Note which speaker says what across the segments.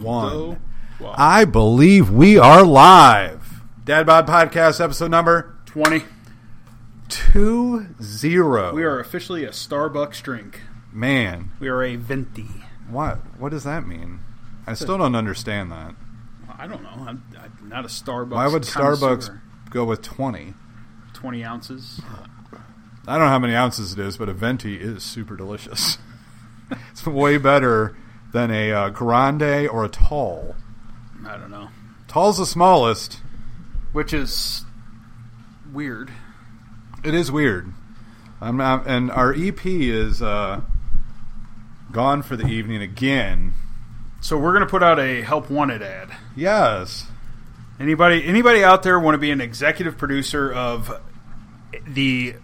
Speaker 1: one.
Speaker 2: So, wow.
Speaker 1: I believe we are live. Dad Bod Podcast episode number
Speaker 2: 20.
Speaker 1: two zero.
Speaker 2: We are officially a Starbucks drink.
Speaker 1: man.
Speaker 2: We are a venti.
Speaker 1: What what does that mean? I still don't understand that.
Speaker 2: I don't know. I'm, I'm not a Starbucks.
Speaker 1: Why would Starbucks
Speaker 2: connoisseur.
Speaker 1: go with twenty?
Speaker 2: 20 ounces.
Speaker 1: I don't know how many ounces it is, but a venti is super delicious. it's way better than a uh, grande or a tall.
Speaker 2: I don't know.
Speaker 1: Tall's the smallest.
Speaker 2: Which is weird.
Speaker 1: It is weird. I'm not, and our EP is uh, gone for the evening again.
Speaker 2: So we're going to put out a help wanted ad.
Speaker 1: Yes,
Speaker 2: Anybody anybody out there want to be an executive producer of the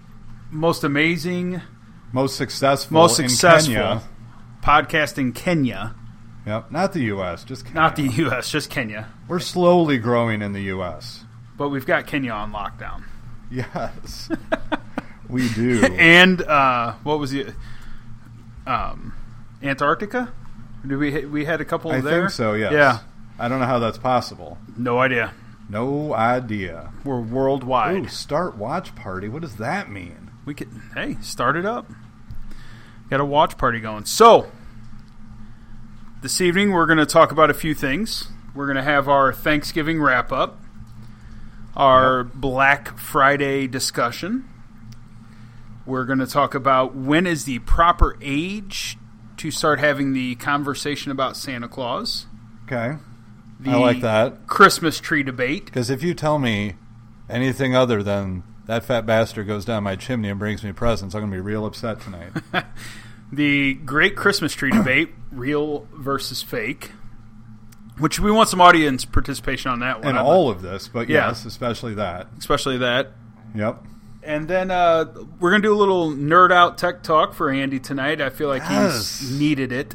Speaker 2: most amazing,
Speaker 1: most successful.
Speaker 2: most
Speaker 1: in
Speaker 2: successful
Speaker 1: Kenya.
Speaker 2: podcast in Kenya,
Speaker 1: Yep, not the U.S. Just Kenya.
Speaker 2: not the US, just Kenya.
Speaker 1: We're slowly growing in the U.S.
Speaker 2: But we've got Kenya on lockdown.
Speaker 1: Yes, we do.
Speaker 2: and uh, what was the um, Antarctica? Did we we had a couple
Speaker 1: I
Speaker 2: there?
Speaker 1: think so. Yes.
Speaker 2: Yeah.
Speaker 1: I don't know how that's possible.
Speaker 2: No idea.
Speaker 1: No idea.
Speaker 2: We're
Speaker 1: Ooh,
Speaker 2: worldwide.
Speaker 1: start watch party. What does that mean?
Speaker 2: We could hey start it up. Got a watch party going. So this evening we're going to talk about a few things. We're going to have our Thanksgiving wrap up, our Black Friday discussion. We're going to talk about when is the proper age to start having the conversation about Santa Claus.
Speaker 1: Okay,
Speaker 2: the
Speaker 1: I like that.
Speaker 2: Christmas tree debate.
Speaker 1: Because if you tell me anything other than that fat bastard goes down my chimney and brings me presents, I'm going to be real upset tonight.
Speaker 2: The great Christmas tree debate, real versus fake. Which we want some audience participation on that one.
Speaker 1: and
Speaker 2: I'd
Speaker 1: all of this, but
Speaker 2: Yeah.
Speaker 1: yes, especially that.
Speaker 2: like- especially that.
Speaker 1: Yep.
Speaker 2: And then uh, we're gonna do a little nerd out tech talk for Andy tonight. I feel like
Speaker 1: Yes.
Speaker 2: he's needed it.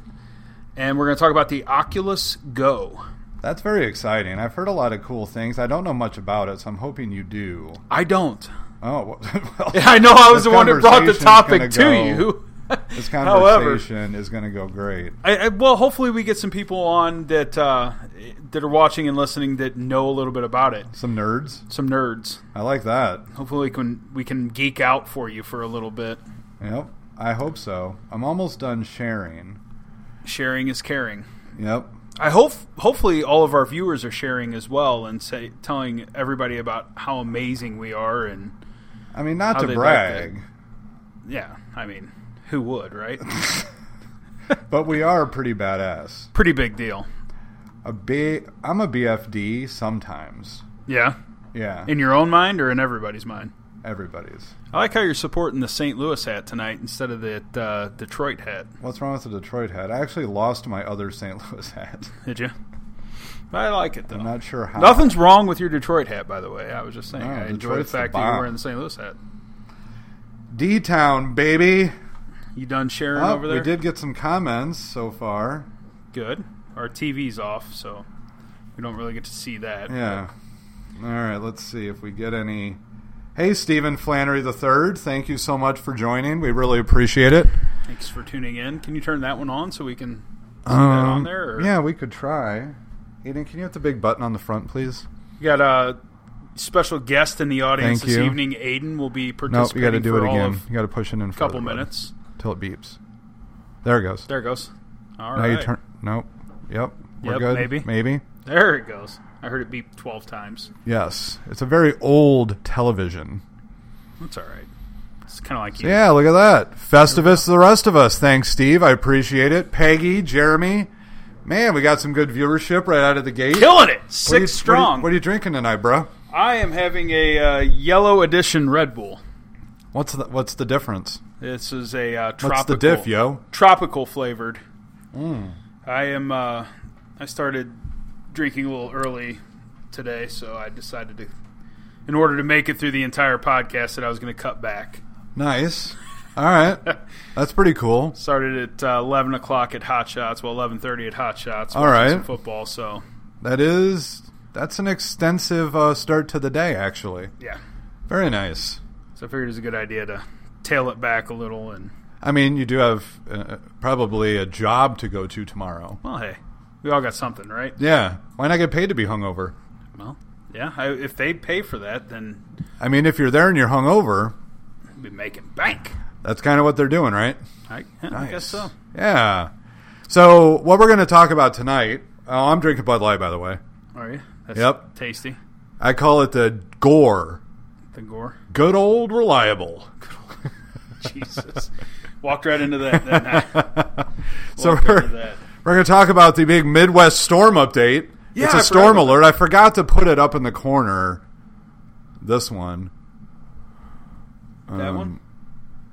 Speaker 2: And we're gonna talk about the Oculus Go.
Speaker 1: That's very exciting. I've heard a lot of cool things. I don't know much about it, so I'm hoping you do.
Speaker 2: I don't.
Speaker 1: Oh, well,
Speaker 2: I know I was
Speaker 1: this
Speaker 2: the one that brought the
Speaker 1: conversation's
Speaker 2: topic to
Speaker 1: gonna go-
Speaker 2: you.
Speaker 1: This
Speaker 2: However-
Speaker 1: conversation is going to go great.
Speaker 2: I, I, well, hopefully we get some people on that uh, that are watching and listening that know a little bit about it.
Speaker 1: Some nerds.
Speaker 2: Some nerds.
Speaker 1: I like that.
Speaker 2: Hopefully we can we can geek out for you for a little bit.
Speaker 1: Yep. I hope so. I'm almost done sharing.
Speaker 2: Sharing is caring.
Speaker 1: Yep.
Speaker 2: I hope hopefully all of our viewers are sharing as well and say telling everybody about how amazing we are and
Speaker 1: I mean, not
Speaker 2: How
Speaker 1: to
Speaker 2: they like
Speaker 1: brag,
Speaker 2: yeah, I mean, who would, right?
Speaker 1: but we are pretty badass.
Speaker 2: Pretty big deal.
Speaker 1: A B, I'm a BFD sometimes.
Speaker 2: Yeah.
Speaker 1: Yeah,
Speaker 2: In your own mind or in everybody's mind?
Speaker 1: everybody's.
Speaker 2: I like how you're supporting the St. Louis hat tonight instead of the uh, Detroit hat.
Speaker 1: What's wrong with the Detroit hat? I actually lost my other St. Louis hat.
Speaker 2: Did you? I like it though.
Speaker 1: I'm not sure how.
Speaker 2: Nothing's wrong with your Detroit hat, by the way. I was just saying.
Speaker 1: No,
Speaker 2: I enjoy the
Speaker 1: Detroit's the
Speaker 2: fact that
Speaker 1: bomb.
Speaker 2: you're wearing the St. Louis hat.
Speaker 1: D Town, baby.
Speaker 2: You done sharing
Speaker 1: Oh,
Speaker 2: over there?
Speaker 1: we did get some comments so far.
Speaker 2: Good. Our TV's off, so we don't really get to see that.
Speaker 1: Yeah. All right. Let's see if we get any. Hey, Stephen Flannery the Third. Thank you so much for joining. We really appreciate it.
Speaker 2: Thanks for tuning in. Can you turn that one on so we can see that
Speaker 1: Um,
Speaker 2: on there? Or?
Speaker 1: yeah, we could try. Aiden, can you hit the big button on the front, please?
Speaker 2: We got a special guest in the audience
Speaker 1: Thank
Speaker 2: this
Speaker 1: you.
Speaker 2: evening. Aiden will be
Speaker 1: Nope, you
Speaker 2: participating
Speaker 1: got to do
Speaker 2: for
Speaker 1: it
Speaker 2: all
Speaker 1: again.
Speaker 2: of
Speaker 1: You got to push it in
Speaker 2: a couple minutes.
Speaker 1: till it beeps. There it goes.
Speaker 2: There it goes. All right.
Speaker 1: now you turn. Nope. Yep. We're
Speaker 2: Yep,
Speaker 1: good.
Speaker 2: maybe.
Speaker 1: Maybe.
Speaker 2: There it goes. I heard it beep 12 times.
Speaker 1: Yes. It's a very old television.
Speaker 2: That's all right. It's kind of like you.
Speaker 1: Yeah, look at that. Festivus, to the rest of us. Thanks, Steve. I appreciate it. Peggy, Jeremy. Man, we got some good viewership right out of the gate.
Speaker 2: Killing it. Six
Speaker 1: What are you- what are you-
Speaker 2: strong.
Speaker 1: What are you drinking tonight, bro?
Speaker 2: I am having a uh, yellow edition Red Bull.
Speaker 1: What's the, what's the difference?
Speaker 2: This is a uh, tropical.
Speaker 1: What's the diff, yo?
Speaker 2: Tropical flavored.
Speaker 1: Mm.
Speaker 2: I am. Uh, I started drinking a little early today, so I decided to, in order to make it through the entire podcast, that I was going to cut back.
Speaker 1: Nice. All right. That's pretty cool.
Speaker 2: Started at uh, eleven o'clock at Hot Shots. Well, eleven thirty at Hot Shots.
Speaker 1: All
Speaker 2: watching
Speaker 1: right.
Speaker 2: some football. So
Speaker 1: That is that's an extensive uh, start to the day actually.
Speaker 2: yeah,
Speaker 1: Very nice.
Speaker 2: so I figured it was a good idea to tail it back a little. And
Speaker 1: I mean, you do have uh, probably a job to go to tomorrow.
Speaker 2: well, hey, We all got something, right?
Speaker 1: Yeah. Why not get paid to be hungover?
Speaker 2: Well, yeah. I, if they pay for that, then
Speaker 1: I mean, if you're there and you're hungover,
Speaker 2: we'll be making bank.
Speaker 1: that's kind of what they're doing, right?
Speaker 2: I, yeah, I guess so.
Speaker 1: Yeah. So what we're going to talk about tonight? Oh, I'm drinking Bud Light, by the way.
Speaker 2: Are you? That's
Speaker 1: Yep.
Speaker 2: Tasty.
Speaker 1: I call it the Gore.
Speaker 2: The gore.
Speaker 1: Good old reliable.
Speaker 2: Jesus. Walked right into that. that night.
Speaker 1: So
Speaker 2: Walked
Speaker 1: we're,
Speaker 2: into that.
Speaker 1: we're going to talk about the big Midwest storm update.
Speaker 2: Yeah,
Speaker 1: it's
Speaker 2: I
Speaker 1: a
Speaker 2: forgot
Speaker 1: storm
Speaker 2: about
Speaker 1: alert. I forgot to put it up in the corner. This one. Um,
Speaker 2: That one?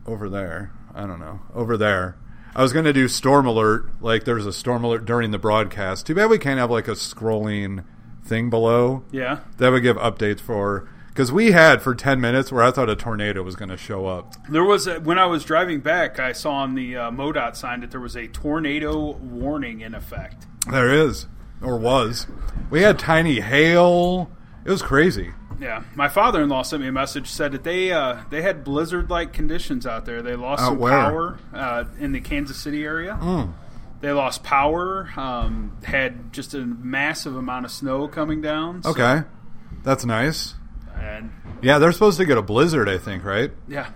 Speaker 1: Over there. I don't know. Over there. I was going to do storm alert. Like there's a storm alert during the broadcast. Too bad we can't have like a scrolling thing below
Speaker 2: Yeah.
Speaker 1: that would give updates for. Because we had for 10 minutes where I thought a tornado was going to show up.
Speaker 2: There was a, when I was driving back, I saw on the uh, MoDOT sign that there was a tornado warning in effect.
Speaker 1: There is, or was. We had tiny hail. It was crazy.
Speaker 2: Yeah, my father-in-law sent me a message said that they uh, they had blizzard-like conditions out there. They lost
Speaker 1: Out
Speaker 2: some
Speaker 1: where? Mm.
Speaker 2: power uh, in the Kansas City area. They lost power. Um, had just a massive amount of snow coming down. so-
Speaker 1: Okay, that's nice.
Speaker 2: and
Speaker 1: Yeah, they're supposed to get a blizzard, I think, right?
Speaker 2: yeah,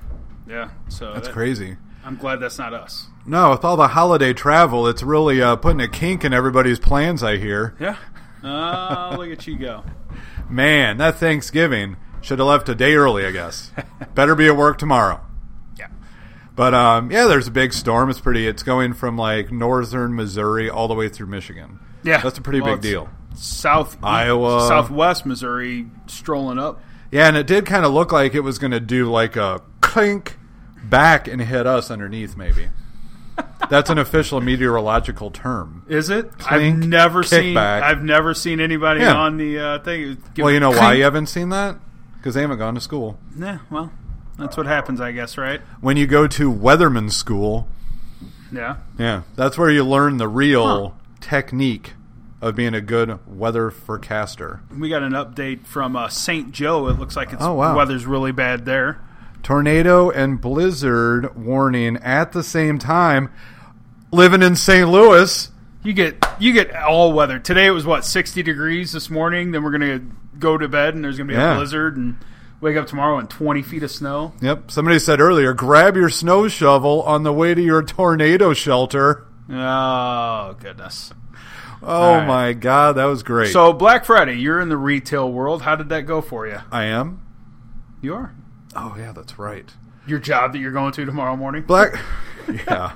Speaker 2: yeah. So
Speaker 1: That's
Speaker 2: that-
Speaker 1: crazy.
Speaker 2: I'm glad that's not us.
Speaker 1: No, with all the holiday travel, it's really uh, putting a kink in everybody's plans. I hear.
Speaker 2: Yeah. Uh, look at you go.
Speaker 1: Man, that Thanksgiving should have left a day early. I guess. Better be at work tomorrow.
Speaker 2: Yeah.
Speaker 1: But um, yeah, there's a big storm. It's pretty. It's going from like northern Missouri all the way through Michigan.
Speaker 2: Yeah.
Speaker 1: that's a pretty
Speaker 2: Well,
Speaker 1: big
Speaker 2: it's-
Speaker 1: deal.
Speaker 2: South
Speaker 1: Iowa.
Speaker 2: Southwest Missouri, strolling up.
Speaker 1: Yeah, and it did kind of look like it was going to do like a clink back and hit us underneath, maybe. That's an official meteorological term.
Speaker 2: Is it?
Speaker 1: Clink,
Speaker 2: I've never
Speaker 1: kick
Speaker 2: seen.
Speaker 1: back.
Speaker 2: I've never seen anybody
Speaker 1: Yeah.
Speaker 2: on the uh, thing. Give
Speaker 1: Well,
Speaker 2: a
Speaker 1: you know why
Speaker 2: clink.
Speaker 1: you haven't seen that? Because they haven't gone to school.
Speaker 2: Yeah. Well, that's what happens, I guess. Right?
Speaker 1: When you go to Weatherman School,
Speaker 2: Yeah.
Speaker 1: yeah, that's where you learn the real technique of being a good weather forecaster.
Speaker 2: We got an update from uh, St. Joe. It looks like it's
Speaker 1: Oh, wow.
Speaker 2: weather's really bad there.
Speaker 1: Tornado and blizzard warning at the same time. Living in St. Louis,
Speaker 2: You get you get all weather. Today it was what sixty degrees this morning. Then we're gonna go to bed and there's gonna be
Speaker 1: Yeah.
Speaker 2: a blizzard and wake up tomorrow and twenty feet of snow.
Speaker 1: Yep. Somebody said earlier, grab your snow shovel on the way to your tornado shelter.
Speaker 2: Oh goodness.
Speaker 1: Oh
Speaker 2: right.
Speaker 1: my god, that was great.
Speaker 2: So Black Friday, you're in the retail world. How did that go for you?
Speaker 1: I am.
Speaker 2: You are
Speaker 1: Oh yeah, that's right.
Speaker 2: your job that you're going to tomorrow morning.
Speaker 1: Black. yeah.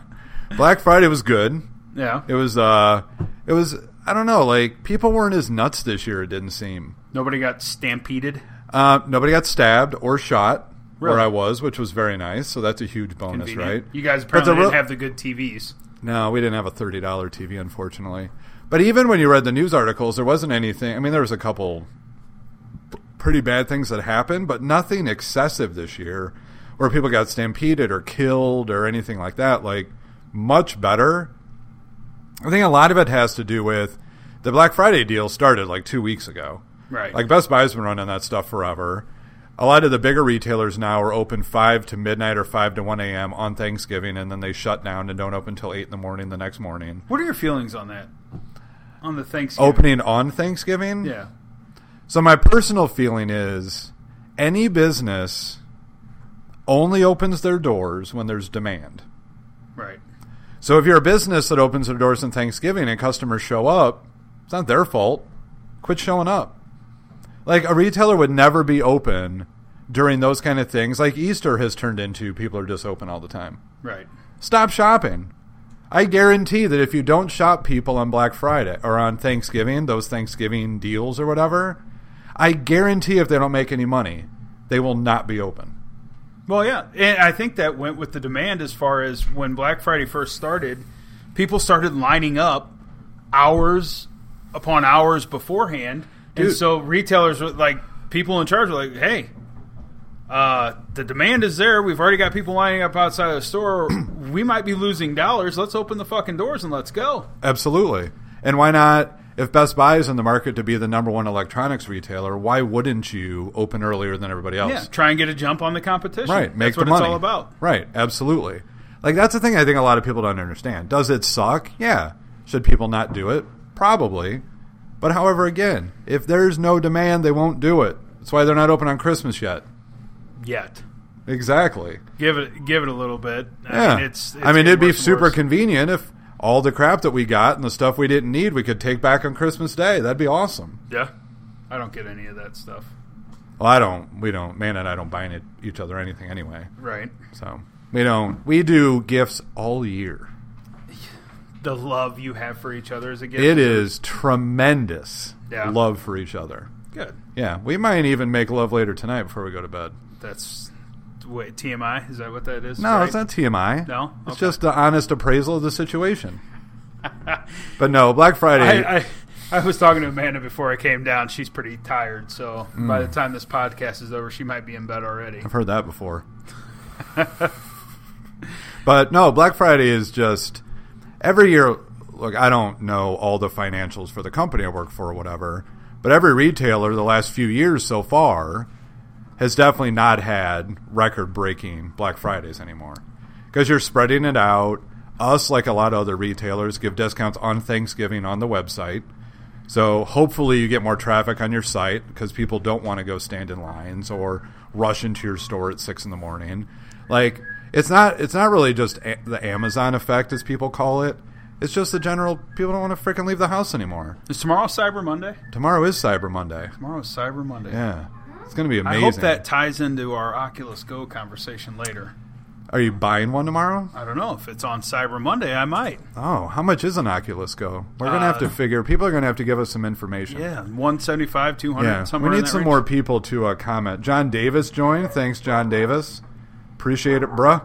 Speaker 1: Black Friday was good.
Speaker 2: yeah,
Speaker 1: It was. uh It was. I don't know. Like people weren't as nuts this year. It didn't seem.
Speaker 2: nobody got stampeded.
Speaker 1: Uh, nobody got stabbed or shot where
Speaker 2: Really?
Speaker 1: I was, which was very nice. So that's a huge bonus,
Speaker 2: Convenient.
Speaker 1: right?
Speaker 2: You guys
Speaker 1: But the
Speaker 2: apparently
Speaker 1: real-
Speaker 2: didn't have the good TVs.
Speaker 1: No, we didn't have a thirty dollar TV, unfortunately. But even when you read the news articles, there wasn't anything. I mean, there was a couple p- pretty bad things that happened, but nothing excessive this year, where people got stampeded or killed or anything like that. Like much better. I think a lot of it has to do with the Black Friday deal started like two weeks ago.
Speaker 2: Right.
Speaker 1: Like Best Buy's been running that stuff forever. A lot of the bigger retailers now are open five to midnight or five to one a.m. on Thanksgiving, and then they shut down and don't open till eight in the morning the next morning.
Speaker 2: What are your feelings on that? On the Thanksgiving.
Speaker 1: Opening on Thanksgiving.
Speaker 2: Yeah.
Speaker 1: So my personal feeling is, any business only opens their doors when there's demand.
Speaker 2: Right.
Speaker 1: So if you're a business that opens their doors on Thanksgiving and customers show up, it's not their fault. Quit showing up. Like a retailer would never be open during those kind of things. Like Easter has turned into people are just open all the time.
Speaker 2: Right.
Speaker 1: Stop shopping. I guarantee that if you don't shop people on Black Friday or on Thanksgiving, those Thanksgiving deals or whatever, I guarantee if they don't make any money, they will not be open.
Speaker 2: Well, yeah, and I think that went with the demand as far as when Black Friday first started, people started lining up hours upon hours beforehand,
Speaker 1: Dude.
Speaker 2: and so retailers were like people in charge were like, "Hey, uh, the demand is there. We've already got people lining up outside of the store. we might be losing dollars. Let's open the fucking doors and let's go."
Speaker 1: Absolutely. And why not? If Best Buy is in the market to be the number one electronics retailer, why wouldn't you open earlier than everybody else?
Speaker 2: Yeah, try and get a jump on the competition.
Speaker 1: Right. Make
Speaker 2: That's what
Speaker 1: the money.
Speaker 2: it's all about.
Speaker 1: Right. Absolutely. Like that's the thing I think a lot of people don't understand. Does it suck? Yeah. Should people not do it? Probably. But however, again, if there's no demand, they won't do it. That's why they're not open on Christmas yet.
Speaker 2: Yet.
Speaker 1: Exactly.
Speaker 2: Give it give it a little bit. I
Speaker 1: Yeah.
Speaker 2: mean, it's, it's
Speaker 1: I mean,
Speaker 2: getting
Speaker 1: it'd be
Speaker 2: worse and
Speaker 1: super
Speaker 2: worse.
Speaker 1: convenient if all the crap that we got and the stuff we didn't need we could take back on Christmas Day. That'd be awesome.
Speaker 2: yeah. I don't get any of that stuff.
Speaker 1: Well, I don't. We don't. Man and I don't buy any, each other anything anyway.
Speaker 2: Right.
Speaker 1: So we don't. We do gifts all year.
Speaker 2: The love you have for each other is a gift.
Speaker 1: It is tremendous
Speaker 2: Yeah.
Speaker 1: love for each other.
Speaker 2: good.
Speaker 1: Yeah, we might even make love later tonight before we go to bed.
Speaker 2: That's wait TMI. Is that what that is?
Speaker 1: No, it's not TMI.
Speaker 2: No?
Speaker 1: it's
Speaker 2: Okay.
Speaker 1: just the honest appraisal of the situation. but no, Black Friday.
Speaker 2: I, I I was talking to Amanda before I came down. She's pretty tired, so
Speaker 1: Mm.
Speaker 2: by the time this podcast is over, she might be in bed already.
Speaker 1: I've heard that before. but no, Black Friday is just every year. Look, I don't know all the financials for the company I work for or whatever, but every retailer the last few years so far has definitely not had record breaking Black Fridays anymore because you're spreading it out. Us, like a lot of other retailers, give discounts on Thanksgiving on the website. So hopefully you get more traffic on your site because people don't want to go stand in lines or rush into your store at six in the morning. Like it's not it's not really just a- the Amazon effect as people call it. It's just the general people don't want to freaking leave the house anymore.
Speaker 2: Is tomorrow Cyber Monday?
Speaker 1: Tomorrow is Cyber Monday.
Speaker 2: Tomorrow is Cyber Monday.
Speaker 1: Yeah, it's gonna be
Speaker 2: I
Speaker 1: amazing.
Speaker 2: hope that ties into our Oculus Go conversation later.
Speaker 1: Are you buying one tomorrow?
Speaker 2: I don't know if it's on Cyber Monday. I might.
Speaker 1: Oh, how much is an Oculus Go? We're gonna have
Speaker 2: Uh,
Speaker 1: to figure. People are gonna have to give us some information.
Speaker 2: Yeah, one seventy five, two hundred.
Speaker 1: Yeah, we
Speaker 2: somewhere in
Speaker 1: need
Speaker 2: that
Speaker 1: some
Speaker 2: range.
Speaker 1: more people to uh, comment. John Davis joined. Thanks, John Davis. Appreciate it, bruh.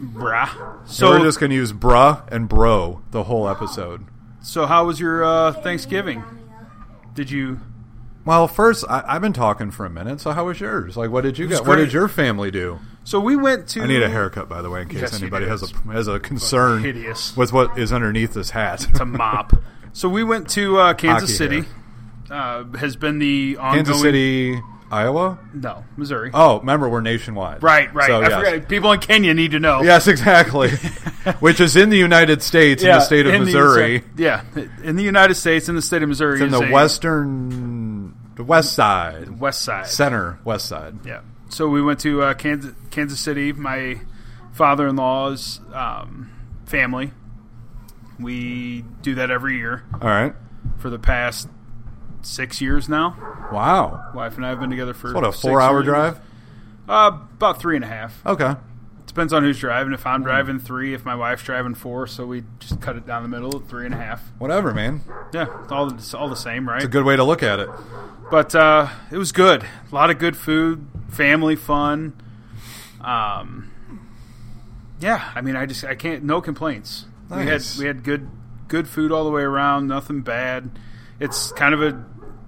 Speaker 2: Brah.
Speaker 1: So
Speaker 2: So,
Speaker 1: we're just gonna use bruh and bro the whole episode.
Speaker 2: so how was your uh, Thanksgiving? Did you?
Speaker 1: Well, first I, I've been talking for a minute. So how was yours? Like, what did you
Speaker 2: was
Speaker 1: get? What
Speaker 2: great.
Speaker 1: did your family do?
Speaker 2: So we went to.
Speaker 1: I need a haircut, by the way, in case
Speaker 2: Yes, you
Speaker 1: anybody
Speaker 2: do.
Speaker 1: has a has a concern
Speaker 2: hideous.
Speaker 1: with what is underneath this hat.
Speaker 2: It's a mop. so we went to uh, Kansas
Speaker 1: Hockey
Speaker 2: City. Uh, has been the ongoing.
Speaker 1: Kansas City, Iowa.
Speaker 2: No, Missouri.
Speaker 1: Oh, remember we're nationwide.
Speaker 2: Right, right.
Speaker 1: So,
Speaker 2: I
Speaker 1: yes.
Speaker 2: forgot. People in Kenya need to know.
Speaker 1: Yes, exactly. Which is in the United States, in the state of
Speaker 2: in the-
Speaker 1: Missouri.
Speaker 2: yeah, in the United States, in the state of Missouri,
Speaker 1: in
Speaker 2: is
Speaker 1: the
Speaker 2: a
Speaker 1: western the west side
Speaker 2: west side.
Speaker 1: center west side
Speaker 2: Yeah. So we went to uh, Kansas, Kansas City. My father-in-law's um, family. We do that every year
Speaker 1: all right
Speaker 2: for the past six years now.
Speaker 1: wow
Speaker 2: Wife and I have been together for
Speaker 1: what a
Speaker 2: six
Speaker 1: four hour
Speaker 2: years.
Speaker 1: drive
Speaker 2: Uh, about three and a half.
Speaker 1: okay
Speaker 2: Depends on who's driving. If
Speaker 1: Hmm.
Speaker 2: I'm driving three, if my wife's driving four, so we just cut it down the middle at three and a half.
Speaker 1: whatever man
Speaker 2: Yeah, it's all it's all the same, right?
Speaker 1: it's a good way to look at it
Speaker 2: but uh, it was good. A lot of good food, family fun. Um, yeah, I mean, I just I can't no complaints.
Speaker 1: Nice.
Speaker 2: We had we had good good food all the way around. Nothing bad. It's kind of a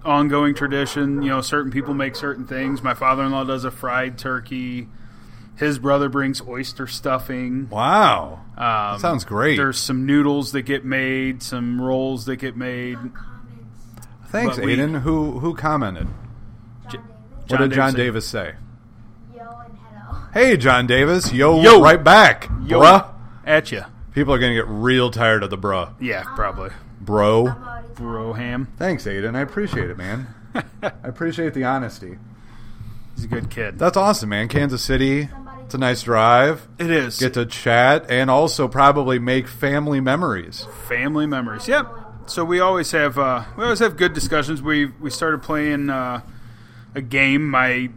Speaker 2: ongoing tradition. You know, certain people make certain things. My father in law does a fried turkey. His brother brings oyster stuffing.
Speaker 1: wow
Speaker 2: Um,
Speaker 1: sounds great
Speaker 2: There's some noodles that get made, some rolls that get made.
Speaker 1: thanks
Speaker 2: but we-
Speaker 1: aiden who who commented
Speaker 2: J-
Speaker 1: what did john
Speaker 2: Davis-
Speaker 1: davis say
Speaker 3: Yo and hello.
Speaker 1: hey john davis yo,
Speaker 2: Yo.
Speaker 1: right back
Speaker 2: Yo,
Speaker 1: bruh
Speaker 2: at you?
Speaker 1: people are gonna get real tired of the bruh
Speaker 2: Yeah, probably.
Speaker 1: bro
Speaker 3: I'm already tired.
Speaker 2: Broham.
Speaker 1: thanks aiden i appreciate it man i appreciate the honesty
Speaker 2: He's a good kid.
Speaker 1: that's awesome man kansas city it's a nice drive
Speaker 2: It is.
Speaker 1: get to chat and also probably make family memories.
Speaker 2: family memories. Yep. So we always have uh, we always have good discussions. We we started playing uh, a game. My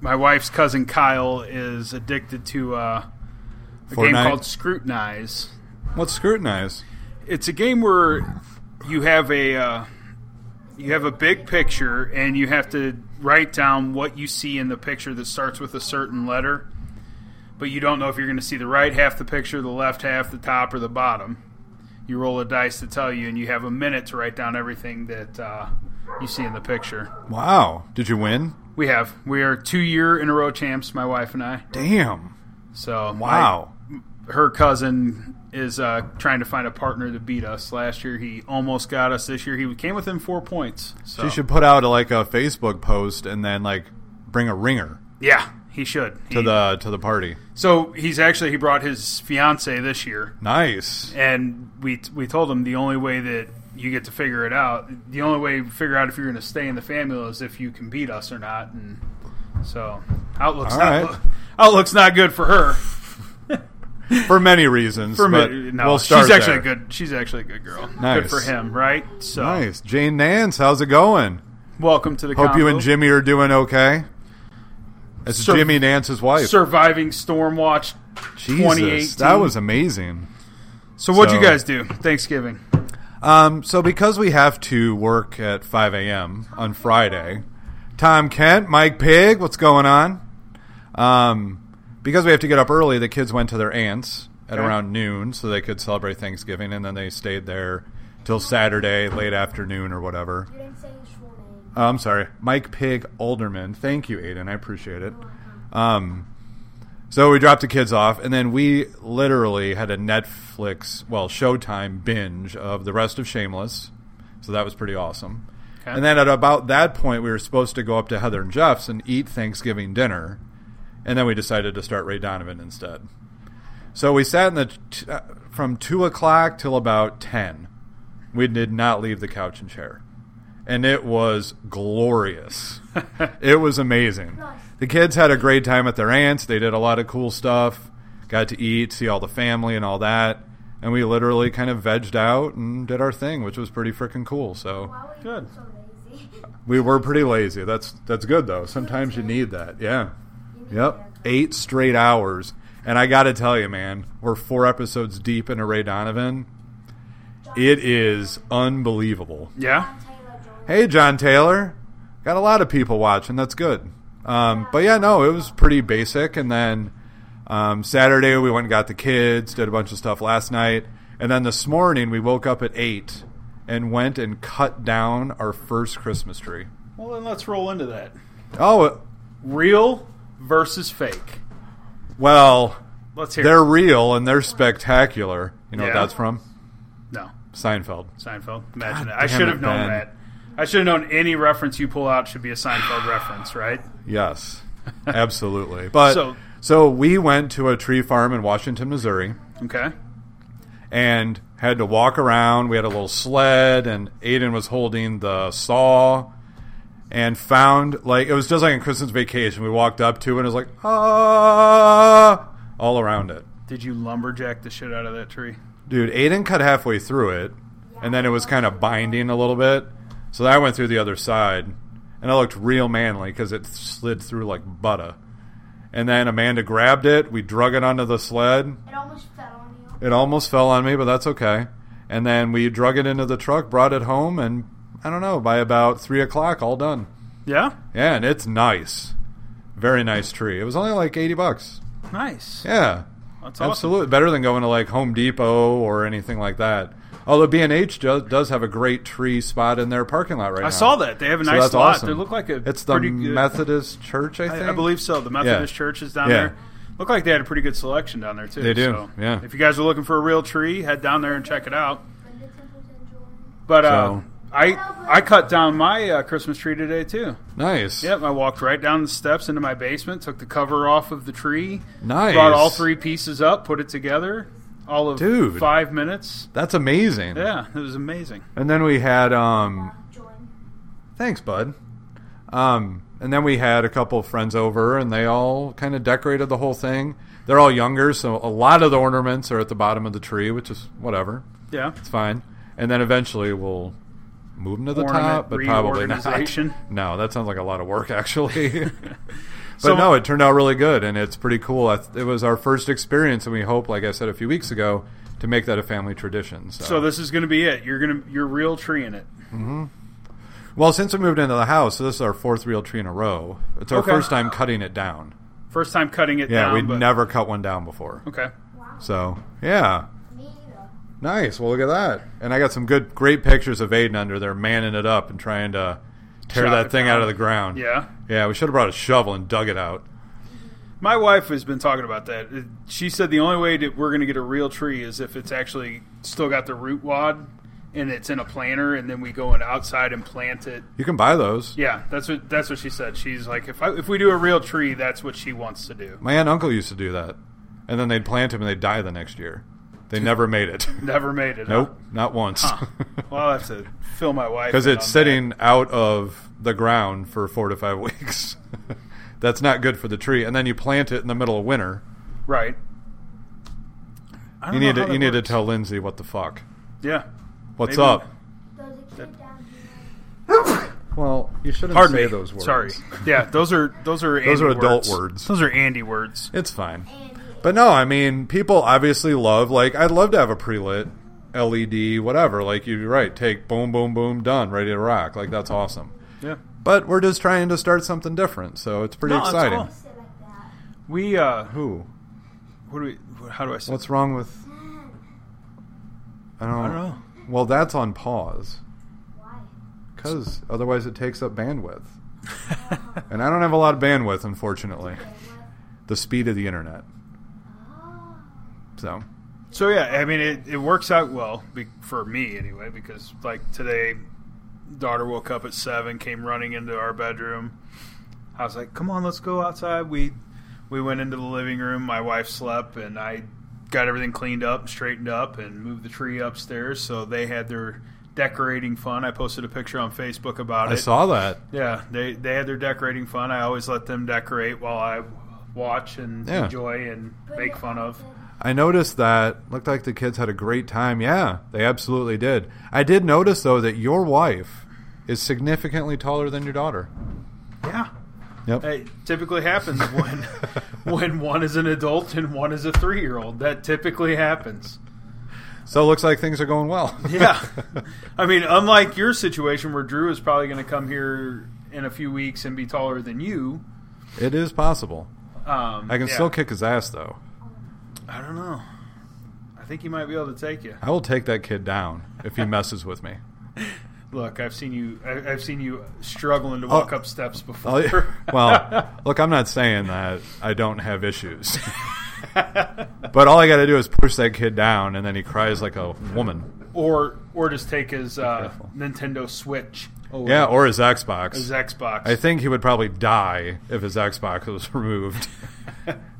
Speaker 2: my wife's cousin Kyle is addicted to uh, a game
Speaker 1: Fortnite?
Speaker 2: called Scrutinize.
Speaker 1: Let's scrutinize.
Speaker 2: It's a game where you have a uh, you have a big picture and you have to write down what you see in the picture that starts with a certain letter. But you don't know if you're going to see the right half of the picture, the left half, the top, or the bottom. You roll a dice to tell you, and you have a minute to write down everything that uh, you see in the picture.
Speaker 1: Wow. Did you win?
Speaker 2: We have we are two year in a row champs, my wife and I.
Speaker 1: Damn.
Speaker 2: So my-
Speaker 1: Wow.
Speaker 2: her cousin is uh, trying to find a partner to beat us. Last year he almost got us. This year he came within four points. So
Speaker 1: She should put out like a Facebook post and then like bring a ringer
Speaker 2: yeah, he should.
Speaker 1: to
Speaker 2: He-
Speaker 1: the to the party.
Speaker 2: so he's actually he brought his fiance this year,
Speaker 1: Nice.
Speaker 2: and we we told him the only way that you get to figure it out. The only way you figure out if you're going to stay in the family is if you can beat us or not. And so outlook's
Speaker 1: All
Speaker 2: not
Speaker 1: right.
Speaker 2: outlook's not good for her.
Speaker 1: for many reasons.
Speaker 2: For
Speaker 1: but
Speaker 2: me, no,
Speaker 1: we'll start
Speaker 2: she's actually a
Speaker 1: there.
Speaker 2: good. She's actually a good girl. Good
Speaker 1: Nice.
Speaker 2: for him, right? So
Speaker 1: Nice, Jane Nance. How's it going?
Speaker 2: welcome to the.
Speaker 1: Hope you
Speaker 2: convo.
Speaker 1: and Jimmy are doing okay. It's
Speaker 2: Sur-
Speaker 1: Jimmy Nance's wife.
Speaker 2: surviving Stormwatch.
Speaker 1: Jesus,
Speaker 2: 2018.
Speaker 1: that was amazing.
Speaker 2: So what'd you
Speaker 1: So-
Speaker 2: guys do Thanksgiving?
Speaker 1: Um, so because we have to work at 5 a.m. on Friday, Tom Kent, Mike Pig, what's going on? Um, because we have to get up early, the kids went to their aunts at
Speaker 2: Okay.
Speaker 1: around noon so they could celebrate Thanksgiving, and then they stayed there till Saturday, late afternoon or whatever.
Speaker 3: You didn't say his full name.
Speaker 1: Oh, I'm sorry, Mike Pig Alderman. Thank you, Aiden. I appreciate it. Um, so we dropped the kids off, and then we literally had a Netflix, well, Showtime binge of the rest of Shameless. So that was pretty awesome.
Speaker 2: Okay.
Speaker 1: And then at about that point, we were supposed to go up to Heather and Jeff's and eat Thanksgiving dinner, and then we decided to start Ray Donovan instead. So we sat in the t- uh, from two o'clock till about ten. We did not leave the couch and chair, and it was glorious. it was amazing.
Speaker 3: Nice.
Speaker 1: The kids had a great time at their aunts. They did a lot of cool stuff. Got to eat, see all the family and all that. And we literally kind of vegged out and did our thing, which was pretty freaking cool. So
Speaker 3: Why were
Speaker 2: Good.
Speaker 3: you so lazy?
Speaker 1: Oh, we were pretty lazy. That's that's good though. Sometimes you need that. Yeah.
Speaker 3: You need
Speaker 1: Yep.
Speaker 3: to-
Speaker 1: Eight straight hours. And I got to tell you, man, we're four episodes deep into Ray Donovan. It is unbelievable.
Speaker 2: Yeah.
Speaker 3: Taylor joined.
Speaker 1: Hey, John Taylor. Got a lot of people watching. That's good. Um, but yeah, no, it was pretty basic. And then um, Saturday, we went and got the kids, did a bunch of stuff last night. And then this morning, we woke up at 8 and went and cut down our first Christmas tree.
Speaker 2: Well, then let's roll into that.
Speaker 1: Oh,
Speaker 2: Real versus fake.
Speaker 1: well,
Speaker 2: Let's hear.
Speaker 1: they're real and they're spectacular. You know
Speaker 2: Yeah.
Speaker 1: what that's from?
Speaker 2: it. No,
Speaker 1: Seinfeld.
Speaker 2: Seinfeld.
Speaker 1: God
Speaker 2: Imagine that. I
Speaker 1: damn
Speaker 2: should
Speaker 1: it,
Speaker 2: have known
Speaker 1: Ben.
Speaker 2: that. I should have known any reference you pull out should be a Seinfeld reference, right?
Speaker 1: Yes, absolutely. But
Speaker 2: So-
Speaker 1: so, we went to a tree farm in Washington, Missouri,
Speaker 2: Okay.
Speaker 1: and had to walk around. We had a little sled, and Aiden was holding the saw, and found like it was just like in Christmas Vacation. We walked up to it and it was like ah, all around it.
Speaker 2: Did you lumberjack the shit out of that tree?
Speaker 1: Dude, Aiden cut halfway through it, and then it was kind of binding a little bit. So I went through the other side, and I looked real manly because it slid through like butter. And then Amanda grabbed it. We drug it onto the sled.
Speaker 3: It almost fell on you.
Speaker 1: It almost fell on me, but that's okay. And then we drug it into the truck, brought it home, and I don't know, by about 3 o'clock, all done.
Speaker 2: Yeah.
Speaker 1: Yeah, and it's nice. Very nice tree. It was only like 80 bucks.
Speaker 2: Nice.
Speaker 1: Yeah.
Speaker 2: That's awesome.
Speaker 1: Absolutely, better than going to like Home Depot or anything like that. Although B and H does, does have a great tree spot in their parking lot right now.
Speaker 2: I saw that. They have a
Speaker 1: So
Speaker 2: nice
Speaker 1: that's
Speaker 2: lot.
Speaker 1: awesome.
Speaker 2: They look like a
Speaker 1: it's the
Speaker 2: pretty good,
Speaker 1: Methodist Church. I think
Speaker 2: I, I believe so. The Methodist Church is down
Speaker 1: Yeah.
Speaker 2: there. Look like they had a pretty good selection down there too.
Speaker 1: They do,
Speaker 2: So
Speaker 1: yeah.
Speaker 2: If you guys are looking for a real tree, head down there and check it out.
Speaker 3: Linda Templeton joined.
Speaker 2: But uh,
Speaker 1: So-
Speaker 2: I I cut down my uh, Christmas tree today too.
Speaker 1: Nice.
Speaker 2: Yep, I walked right down the steps into my basement, took the cover off of the tree,
Speaker 1: Nice.
Speaker 2: brought all three pieces up, put it together, all of
Speaker 1: Dude.
Speaker 2: five minutes.
Speaker 1: That's amazing.
Speaker 2: Yeah, it was amazing.
Speaker 1: And then we had um,
Speaker 3: Bob joined.
Speaker 1: Thanks, bud. Um, and then we had a couple of friends over, and they all kind of decorated the whole thing. They're all younger, so a lot of the ornaments are at the bottom of the tree, which is whatever.
Speaker 2: Yeah,
Speaker 1: It's fine. And then eventually we'll move them to the
Speaker 2: Ornament
Speaker 1: top, but probably not.
Speaker 2: reorganization.
Speaker 1: No, that sounds like a lot of work, actually. but
Speaker 2: So-
Speaker 1: no, it turned out really good, and it's pretty cool. It it was our first experience, and we hope, like I said a few weeks ago, to make that a family tradition. So,
Speaker 2: So this is going to be it. You're gonna you're real tree in it.
Speaker 1: well, since we moved into the house, this is our fourth real tree in a row. It's our
Speaker 2: Okay.
Speaker 1: first time cutting it down.
Speaker 2: First time cutting it
Speaker 1: Yeah,
Speaker 2: down.
Speaker 1: we'd
Speaker 2: but-
Speaker 1: never cut one down before.
Speaker 2: Okay.
Speaker 3: Wow.
Speaker 1: So, yeah.
Speaker 3: Me either.
Speaker 1: Nice. Well, look at that. And I got some good, great pictures of Aiden under there manning it up and trying to tear
Speaker 2: Chop it
Speaker 1: that thing
Speaker 2: down.
Speaker 1: out of the ground.
Speaker 2: Yeah.
Speaker 1: Yeah, we should have brought a shovel and dug it out.
Speaker 2: My wife has been talking about that. It- She said the only way that we're going to get a real tree is if it's actually still got the root wad and it's in a planter, and then we go in outside and plant it.
Speaker 1: You can buy those.
Speaker 2: Yeah, that's what that's what she said. She's like, if I, if we do a real tree, that's what she wants to do.
Speaker 1: My aunt and uncle used to do that. And then they'd plant them and they'd die the next year. They never made it.
Speaker 2: Never made it. huh?
Speaker 1: Nope, not once.
Speaker 2: Huh. Well, I'll have to fill my wife.
Speaker 1: Because
Speaker 2: in
Speaker 1: it's
Speaker 2: on
Speaker 1: sitting out of the ground for four to five weeks. That's not good for the tree. And then you plant it in the middle of winter.
Speaker 2: that. Right. I don't
Speaker 1: You
Speaker 2: know
Speaker 1: need
Speaker 2: how
Speaker 1: to
Speaker 2: that
Speaker 1: you need to
Speaker 2: works.
Speaker 1: tell Lindsay what the fuck.
Speaker 2: Yeah.
Speaker 1: What's
Speaker 2: Maybe-
Speaker 1: up?
Speaker 3: There's a kid down here.
Speaker 1: Well, you shouldn't
Speaker 2: Pardon me. Sorry. Yeah, those are those are
Speaker 1: Those
Speaker 2: Andy
Speaker 1: are adult
Speaker 2: words.
Speaker 1: words.
Speaker 2: Those are Andy words.
Speaker 1: It's fine.
Speaker 3: Andy.
Speaker 1: But no, I mean, people obviously love like I'd love to have a pre-lit LED whatever. Like you're right, take boom boom boom done, ready to rock. Like that's awesome.
Speaker 2: Yeah.
Speaker 1: But we're just trying to start something different, so it's pretty
Speaker 2: No, it's
Speaker 1: exciting.
Speaker 2: cool.
Speaker 3: Sit like that.
Speaker 2: We uh
Speaker 1: Who?
Speaker 2: what do we how do I say
Speaker 1: What's wrong with I don't,
Speaker 2: I don't know.
Speaker 1: Well, that's on pause
Speaker 3: Why?
Speaker 1: cuz otherwise it takes up bandwidth. And I don't have a lot of bandwidth unfortunately.
Speaker 3: Okay, what?
Speaker 1: The speed of the internet.
Speaker 3: Oh.
Speaker 1: So,
Speaker 2: So yeah, I mean it, it works out well be, for me anyway because like today, daughter woke up at seven, came running into our bedroom. I was like, "Come on, let's go outside." We we went into the living room. My wife slept, and I got everything cleaned up, straightened up, and moved the tree upstairs. So they had their decorating fun. I posted a picture on Facebook about
Speaker 1: I
Speaker 2: it.
Speaker 1: saw that.
Speaker 2: Yeah, they they had their decorating fun. I always let them decorate while I watch and
Speaker 1: Yeah.
Speaker 2: enjoy and
Speaker 3: But
Speaker 2: make
Speaker 3: it
Speaker 2: fun of.
Speaker 3: happened.
Speaker 1: I noticed that. Looked like the kids had a great time. Yeah, they absolutely did. I did notice though that your wife is significantly taller than your daughter.
Speaker 2: Yeah.
Speaker 1: Yep.
Speaker 2: It typically happens when when one is an adult and one is a three year old. That typically happens.
Speaker 1: So it looks like things are going well.
Speaker 2: Yeah. I mean, unlike your situation where Drew is probably going to come here in a few weeks and be taller than you.
Speaker 1: it is possible.
Speaker 2: Um,
Speaker 1: I can
Speaker 2: yeah.
Speaker 1: still kick his ass though.
Speaker 2: I don't know. I think he might be able to take you.
Speaker 1: I will take that kid down if he messes with me.
Speaker 2: Look, I've seen you. I, I've seen you struggling to walk up steps before.
Speaker 1: I'll- Oh. well, look, I'm not saying that I don't have issues, but all I got to do is push that kid down, and then he cries like a woman.
Speaker 2: or or just take his uh,
Speaker 1: careful.
Speaker 2: Nintendo Switch. Oh,
Speaker 1: Yeah, or his Xbox.
Speaker 2: his Xbox.
Speaker 1: I think he would probably die if his Xbox was removed.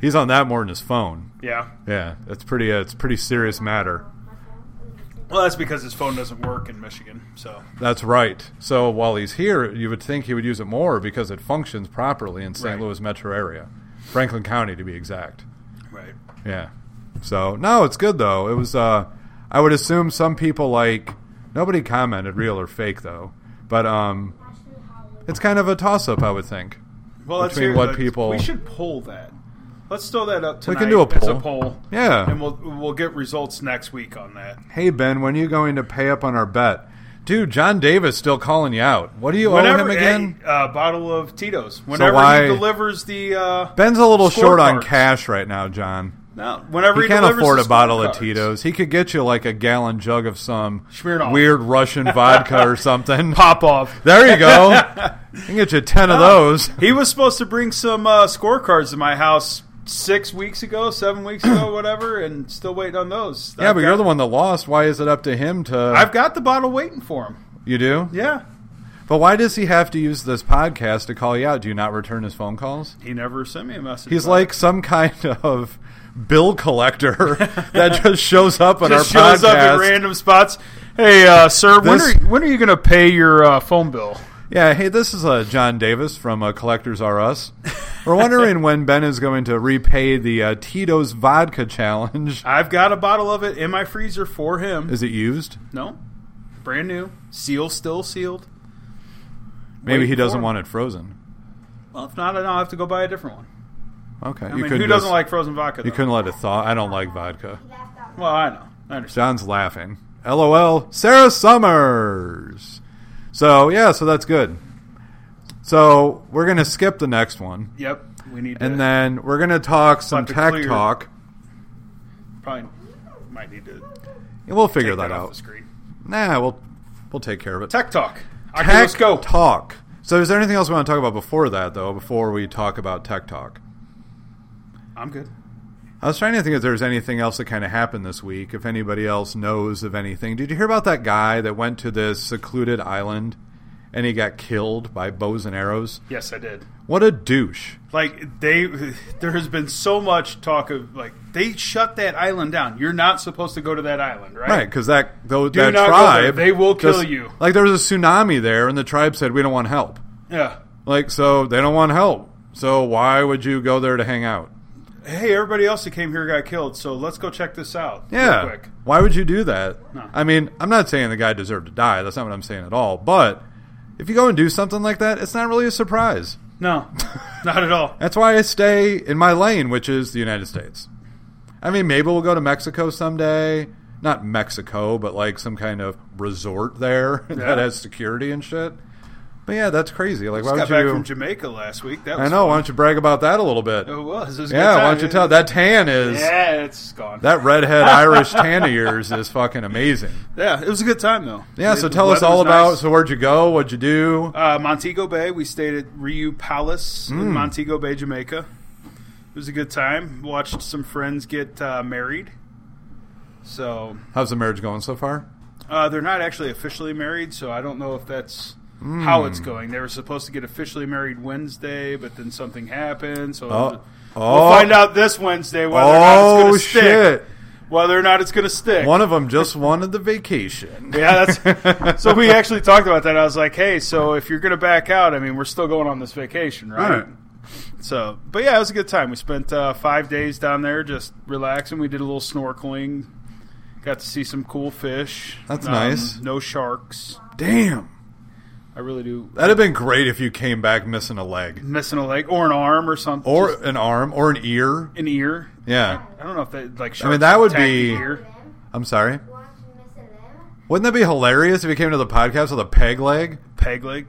Speaker 1: He's on that more than his phone.
Speaker 2: yeah.
Speaker 1: Yeah, that's pretty. Uh, it's a pretty serious matter.
Speaker 3: My phone.
Speaker 2: Well, that's because his phone doesn't work in Michigan. So
Speaker 1: That's right. So while he's here, you would think he would use it more because it functions properly in St.
Speaker 2: Right.
Speaker 1: Louis metro area, Franklin County to be exact.
Speaker 2: right.
Speaker 1: Yeah. So no, it's good though. It was. Uh, I would assume some people like nobody commented real or fake though, but um,
Speaker 3: Ashley Howard.
Speaker 1: it's kind of a toss up. I would think.
Speaker 2: Well, let's
Speaker 1: Between
Speaker 2: hear
Speaker 1: what
Speaker 2: the-
Speaker 1: people-
Speaker 2: we should poll that. Let's throw that up
Speaker 1: We
Speaker 2: tonight.
Speaker 1: can do a
Speaker 2: as
Speaker 1: poll.
Speaker 2: a poll.
Speaker 1: Yeah.
Speaker 2: and we'll we'll get results next week on that.
Speaker 1: Hey Ben, when are you going to pay up on our bet? Dude, John Davis still calling you out. What do you owe him again?
Speaker 2: hey, uh, bottle of Tito's. Whenever
Speaker 1: why-
Speaker 2: he delivers the uh,
Speaker 1: Ben's a little
Speaker 2: score
Speaker 1: short on
Speaker 2: cards.
Speaker 1: cash right now, John.
Speaker 2: No, whenever
Speaker 1: He,
Speaker 2: he,
Speaker 1: can't
Speaker 2: delivers
Speaker 1: afford
Speaker 2: the
Speaker 1: a bottle of
Speaker 2: scorecards.
Speaker 1: Tito's. He could get you like a gallon jug of some
Speaker 2: Smirnoff.
Speaker 1: weird Russian vodka or something.
Speaker 2: Pop Oh. off.
Speaker 1: There you go. He can get you ten of those.
Speaker 2: He was supposed to bring some uh, scorecards to my house six weeks ago, seven weeks ago, whatever, and still waiting on those.
Speaker 1: Yeah,
Speaker 2: I've
Speaker 1: but
Speaker 2: got-
Speaker 1: you're the one that lost. Why is it up to him to?
Speaker 2: I've got the bottle waiting for him.
Speaker 1: you do,
Speaker 2: Yeah.
Speaker 1: but why does he have to use this podcast to call you out? Do you not return his phone calls?
Speaker 2: He never sent me a message.
Speaker 1: He's
Speaker 2: about
Speaker 1: like some kind of bill collector that just shows up on
Speaker 2: it. just
Speaker 1: our podcast.
Speaker 2: shows up at random spots. Hey, uh, sir, when
Speaker 1: This-
Speaker 2: are, when are you going to pay your uh, phone bill?
Speaker 1: Yeah, hey, this is uh, John Davis from uh, Collectors R Us. We're wondering when Ben is going to repay the uh, Tito's Vodka Challenge.
Speaker 2: I've got a bottle of it in my freezer for him.
Speaker 1: Is it used?
Speaker 2: no, brand new, seal still sealed.
Speaker 1: Maybe
Speaker 2: Wait
Speaker 1: he doesn't
Speaker 2: for it.
Speaker 1: want it frozen.
Speaker 2: Well, if not, then I'll have to go buy a different one.
Speaker 1: Okay,
Speaker 2: I
Speaker 1: you
Speaker 2: mean, who
Speaker 1: couldn't
Speaker 2: doesn't
Speaker 1: just-
Speaker 2: like frozen vodka?
Speaker 1: You
Speaker 2: though?
Speaker 1: couldn't let it thaw. I don't like vodka.
Speaker 3: He laughed out
Speaker 2: Well, I know. I understand.
Speaker 1: John's laughing. LOL. Sarah Summers. So yeah, so that's good. So we're gonna skip the next one,
Speaker 2: Yep, we need.
Speaker 1: and
Speaker 2: to,
Speaker 1: then we're gonna talk some
Speaker 2: to
Speaker 1: tech
Speaker 2: clear-
Speaker 1: talk.
Speaker 2: probably might need to
Speaker 1: And we'll figure
Speaker 2: take
Speaker 1: that,
Speaker 2: off the
Speaker 1: out.
Speaker 2: screen.
Speaker 1: Nah, we'll we'll take care of it.
Speaker 2: Tech talk.
Speaker 1: Tech
Speaker 2: Oculus Go.
Speaker 1: Talk. So, is there anything else we want to talk about before that, though? Before we talk about Tech Talk,
Speaker 2: I'm good.
Speaker 1: I was trying to think if there's anything else that kind of happened this week. If anybody else knows of anything, did you hear about that guy that went to this secluded island and he got killed by bows and arrows.
Speaker 2: Yes, I did.
Speaker 1: What a douche.
Speaker 2: Like they, there has been so much talk of like they shut that island down. You're not supposed to go to that island, right?
Speaker 1: Right, because that though that
Speaker 2: not go
Speaker 1: tribe
Speaker 2: there. They will kill
Speaker 1: just-
Speaker 2: you.
Speaker 1: Like there was a tsunami there, and the tribe said we don't want help.
Speaker 2: Yeah.
Speaker 1: Like so, they don't want help. So why would you go there to hang out?
Speaker 2: Hey, everybody else that came here got killed, so let's go check this out. real
Speaker 1: Yeah.
Speaker 2: quick.
Speaker 1: Why would you do that?
Speaker 2: No.
Speaker 1: I mean, I'm not saying the guy deserved to die. That's not what I'm saying at all. But if you go and do something like that, it's not really a surprise.
Speaker 2: No, not at all.
Speaker 1: That's why I stay in my lane, which is the United States. I mean, maybe we'll go to Mexico someday. Not Mexico, but like some kind of resort there
Speaker 2: Yeah.
Speaker 1: that has security and shit. But yeah, that's crazy. Like, why would
Speaker 2: Got back
Speaker 1: you?
Speaker 2: from Jamaica last week. That
Speaker 1: I
Speaker 2: was
Speaker 1: know. Why don't you brag about that a little bit?
Speaker 2: It was. It was a
Speaker 1: yeah.
Speaker 2: good
Speaker 1: Why
Speaker 2: time.
Speaker 1: don't you tell that tan is
Speaker 2: Yeah, it's gone.
Speaker 1: that redhead Irish tan of yours is fucking amazing.
Speaker 2: yeah, it was a good time though.
Speaker 1: Yeah.
Speaker 2: The-
Speaker 1: So
Speaker 2: the
Speaker 1: tell us
Speaker 2: weather
Speaker 1: all
Speaker 2: was
Speaker 1: about.
Speaker 2: nice.
Speaker 1: So where'd you go? What'd you do?
Speaker 2: uh, Montego Bay. We stayed at Ryu Palace
Speaker 1: Hmm.
Speaker 2: in Montego Bay, Jamaica. It was a good time. Watched some friends get uh, married. So
Speaker 1: How's the marriage going so far?
Speaker 2: uh, they're not actually officially married, so I don't know if that's how
Speaker 1: Hmm.
Speaker 2: it's going. They were supposed to get officially married Wednesday, but then something happened. So
Speaker 1: Oh.
Speaker 2: we'll
Speaker 1: Oh.
Speaker 2: find out this Wednesday whether or not
Speaker 1: oh
Speaker 2: it's going to
Speaker 1: shit!
Speaker 2: stick. Whether or not it's going to stick.
Speaker 1: One of them just wanted the vacation.
Speaker 2: Yeah, that's so. We actually talked about that. I was like, "Hey, so if you're gonna back out, I mean, we're still going on this vacation, right?"
Speaker 1: Right.
Speaker 2: So, but yeah, it was a good time. We spent uh, five days down there, just relaxing. We did a little snorkeling. Got to see some cool fish. Um,
Speaker 1: That's nice.
Speaker 2: No sharks.
Speaker 1: Damn.
Speaker 2: I really do
Speaker 1: That'd have been great if you came back missing a leg
Speaker 2: missing a leg or an arm or something,
Speaker 1: or
Speaker 2: just
Speaker 1: an arm or an ear.
Speaker 2: an ear.
Speaker 1: Yeah.
Speaker 2: I don't know if that like.
Speaker 1: I mean,
Speaker 2: sharks
Speaker 1: that would
Speaker 2: attack
Speaker 1: be-
Speaker 2: the ear.
Speaker 1: I'm sorry.
Speaker 3: Want to miss a limb?
Speaker 1: Wouldn't that be hilarious if you came to the podcast with a peg leg?
Speaker 2: peg leg.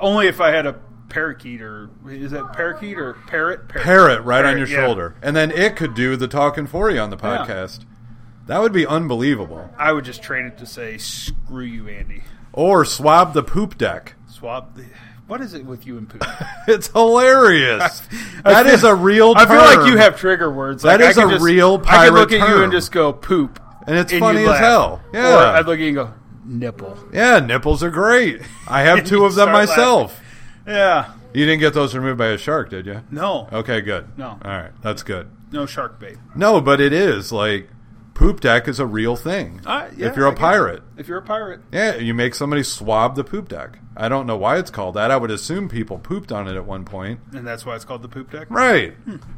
Speaker 2: Only if I had a parakeet or is that parakeet or parrot? Parrot,
Speaker 1: Parrot right on your
Speaker 2: Parrot, yeah.
Speaker 1: shoulder. And then it could do the talking for you on the
Speaker 2: Yeah.
Speaker 1: podcast. That would be unbelievable.
Speaker 2: I would just trade it to say, "Screw you, Andy."
Speaker 1: Or swab the poop deck.
Speaker 2: Swap. The, what is it with you and poop?
Speaker 1: It's hilarious.
Speaker 2: I
Speaker 1: That
Speaker 2: feel-
Speaker 1: is a real
Speaker 2: I
Speaker 1: term.
Speaker 2: feel like you have trigger words. Like,
Speaker 1: That is
Speaker 2: I could
Speaker 1: a
Speaker 2: just-
Speaker 1: real
Speaker 2: I could look
Speaker 1: pirate
Speaker 2: at you
Speaker 1: term.
Speaker 2: and just go poop,
Speaker 1: And it's
Speaker 2: you'd
Speaker 1: funny as
Speaker 2: laugh.
Speaker 1: hell. Yeah.
Speaker 2: Or I'd look at you and go nipple.
Speaker 1: Yeah, nipples are great. I have two
Speaker 2: You
Speaker 1: of them
Speaker 2: start laughing.
Speaker 1: myself.
Speaker 2: Yeah.
Speaker 1: You didn't get those removed by a shark, did you?
Speaker 2: No.
Speaker 1: Okay, good.
Speaker 2: No.
Speaker 1: All right, that's good.
Speaker 2: No shark bait.
Speaker 1: No, but it is like poop deck is a real thing.
Speaker 2: Uh, yeah,
Speaker 1: if you're
Speaker 2: I
Speaker 1: a
Speaker 2: guess.
Speaker 1: pirate,
Speaker 2: If you're a pirate,
Speaker 1: yeah, you make somebody swab the poop deck. I don't know why it's called that. I would assume people pooped on it at one point.
Speaker 2: and that's why it's called the poop deck.
Speaker 1: Right.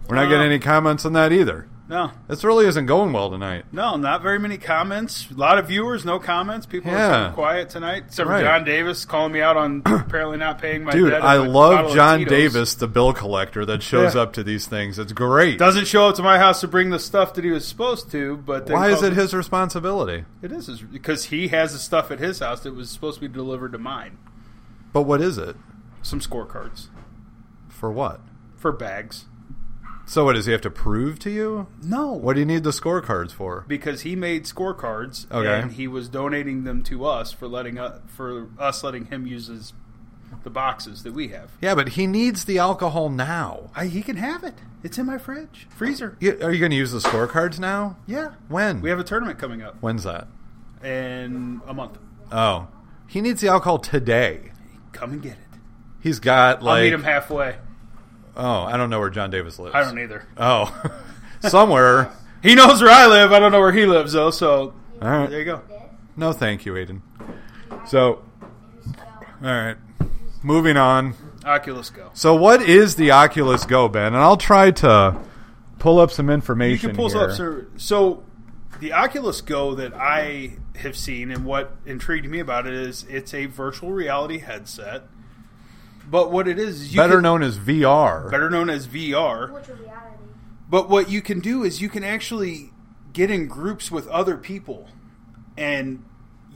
Speaker 1: We're
Speaker 2: Uh,
Speaker 1: not getting any comments on that either.
Speaker 2: No.
Speaker 1: This really isn't going well tonight.
Speaker 2: No, not very many comments. A lot of viewers, no comments. People
Speaker 1: Yeah.
Speaker 2: are kind of quiet tonight. Except for
Speaker 1: Right.
Speaker 2: John Davis calling me out on apparently not paying my
Speaker 1: Dude,
Speaker 2: debt.
Speaker 1: I
Speaker 2: with a bottle
Speaker 1: love
Speaker 2: of
Speaker 1: John
Speaker 2: Tito's.
Speaker 1: Davis, the bill collector that shows
Speaker 2: Yeah.
Speaker 1: up to these things. It's great.
Speaker 2: Doesn't show up to my house to bring the stuff that he was supposed to, but then
Speaker 1: why is
Speaker 2: calls-
Speaker 1: it his responsibility?
Speaker 2: It is his, because he has the stuff at his house that was supposed to be delivered to mine.
Speaker 1: But what is it?
Speaker 2: Some scorecards
Speaker 1: For what?
Speaker 2: for bags.
Speaker 1: So what does he have to prove to you?
Speaker 2: No,
Speaker 1: What do you need the scorecards for?
Speaker 2: because he made scorecards
Speaker 1: Okay.
Speaker 2: and he was donating them to us for letting us, for us letting him use his, the boxes that we have.
Speaker 1: Yeah, but he needs the alcohol now.
Speaker 2: I, he can have it. It's in my fridge, freezer.
Speaker 1: You, are you going to use the scorecards now?
Speaker 2: Yeah.
Speaker 1: When?
Speaker 2: We have a tournament coming up
Speaker 1: When's that?
Speaker 2: in a month.
Speaker 1: Oh, he needs the alcohol today.
Speaker 2: Come and get it.
Speaker 1: He's got like
Speaker 2: I'll meet him halfway.
Speaker 1: oh, I don't know where John Davis lives.
Speaker 2: I don't either.
Speaker 1: Oh, somewhere.
Speaker 2: He knows where I live. I don't know where he lives though. So
Speaker 1: All right.
Speaker 2: there you go.
Speaker 1: No, thank you, Aiden. So,
Speaker 3: If you spell
Speaker 1: all right. Moving on.
Speaker 2: Oculus Go.
Speaker 1: So, what is the Oculus Go, Ben? And I'll try to pull up some
Speaker 2: You
Speaker 1: information.
Speaker 2: can pull
Speaker 1: here.
Speaker 2: up, sir. So, the Oculus Go that I have seen and what intrigued me about it is it's a virtual reality headset. But what it is, is you
Speaker 1: Better
Speaker 2: can-
Speaker 1: known as VR.
Speaker 2: better known as VR.
Speaker 3: virtual reality.
Speaker 2: But what you can do is you can actually get in groups with other people, and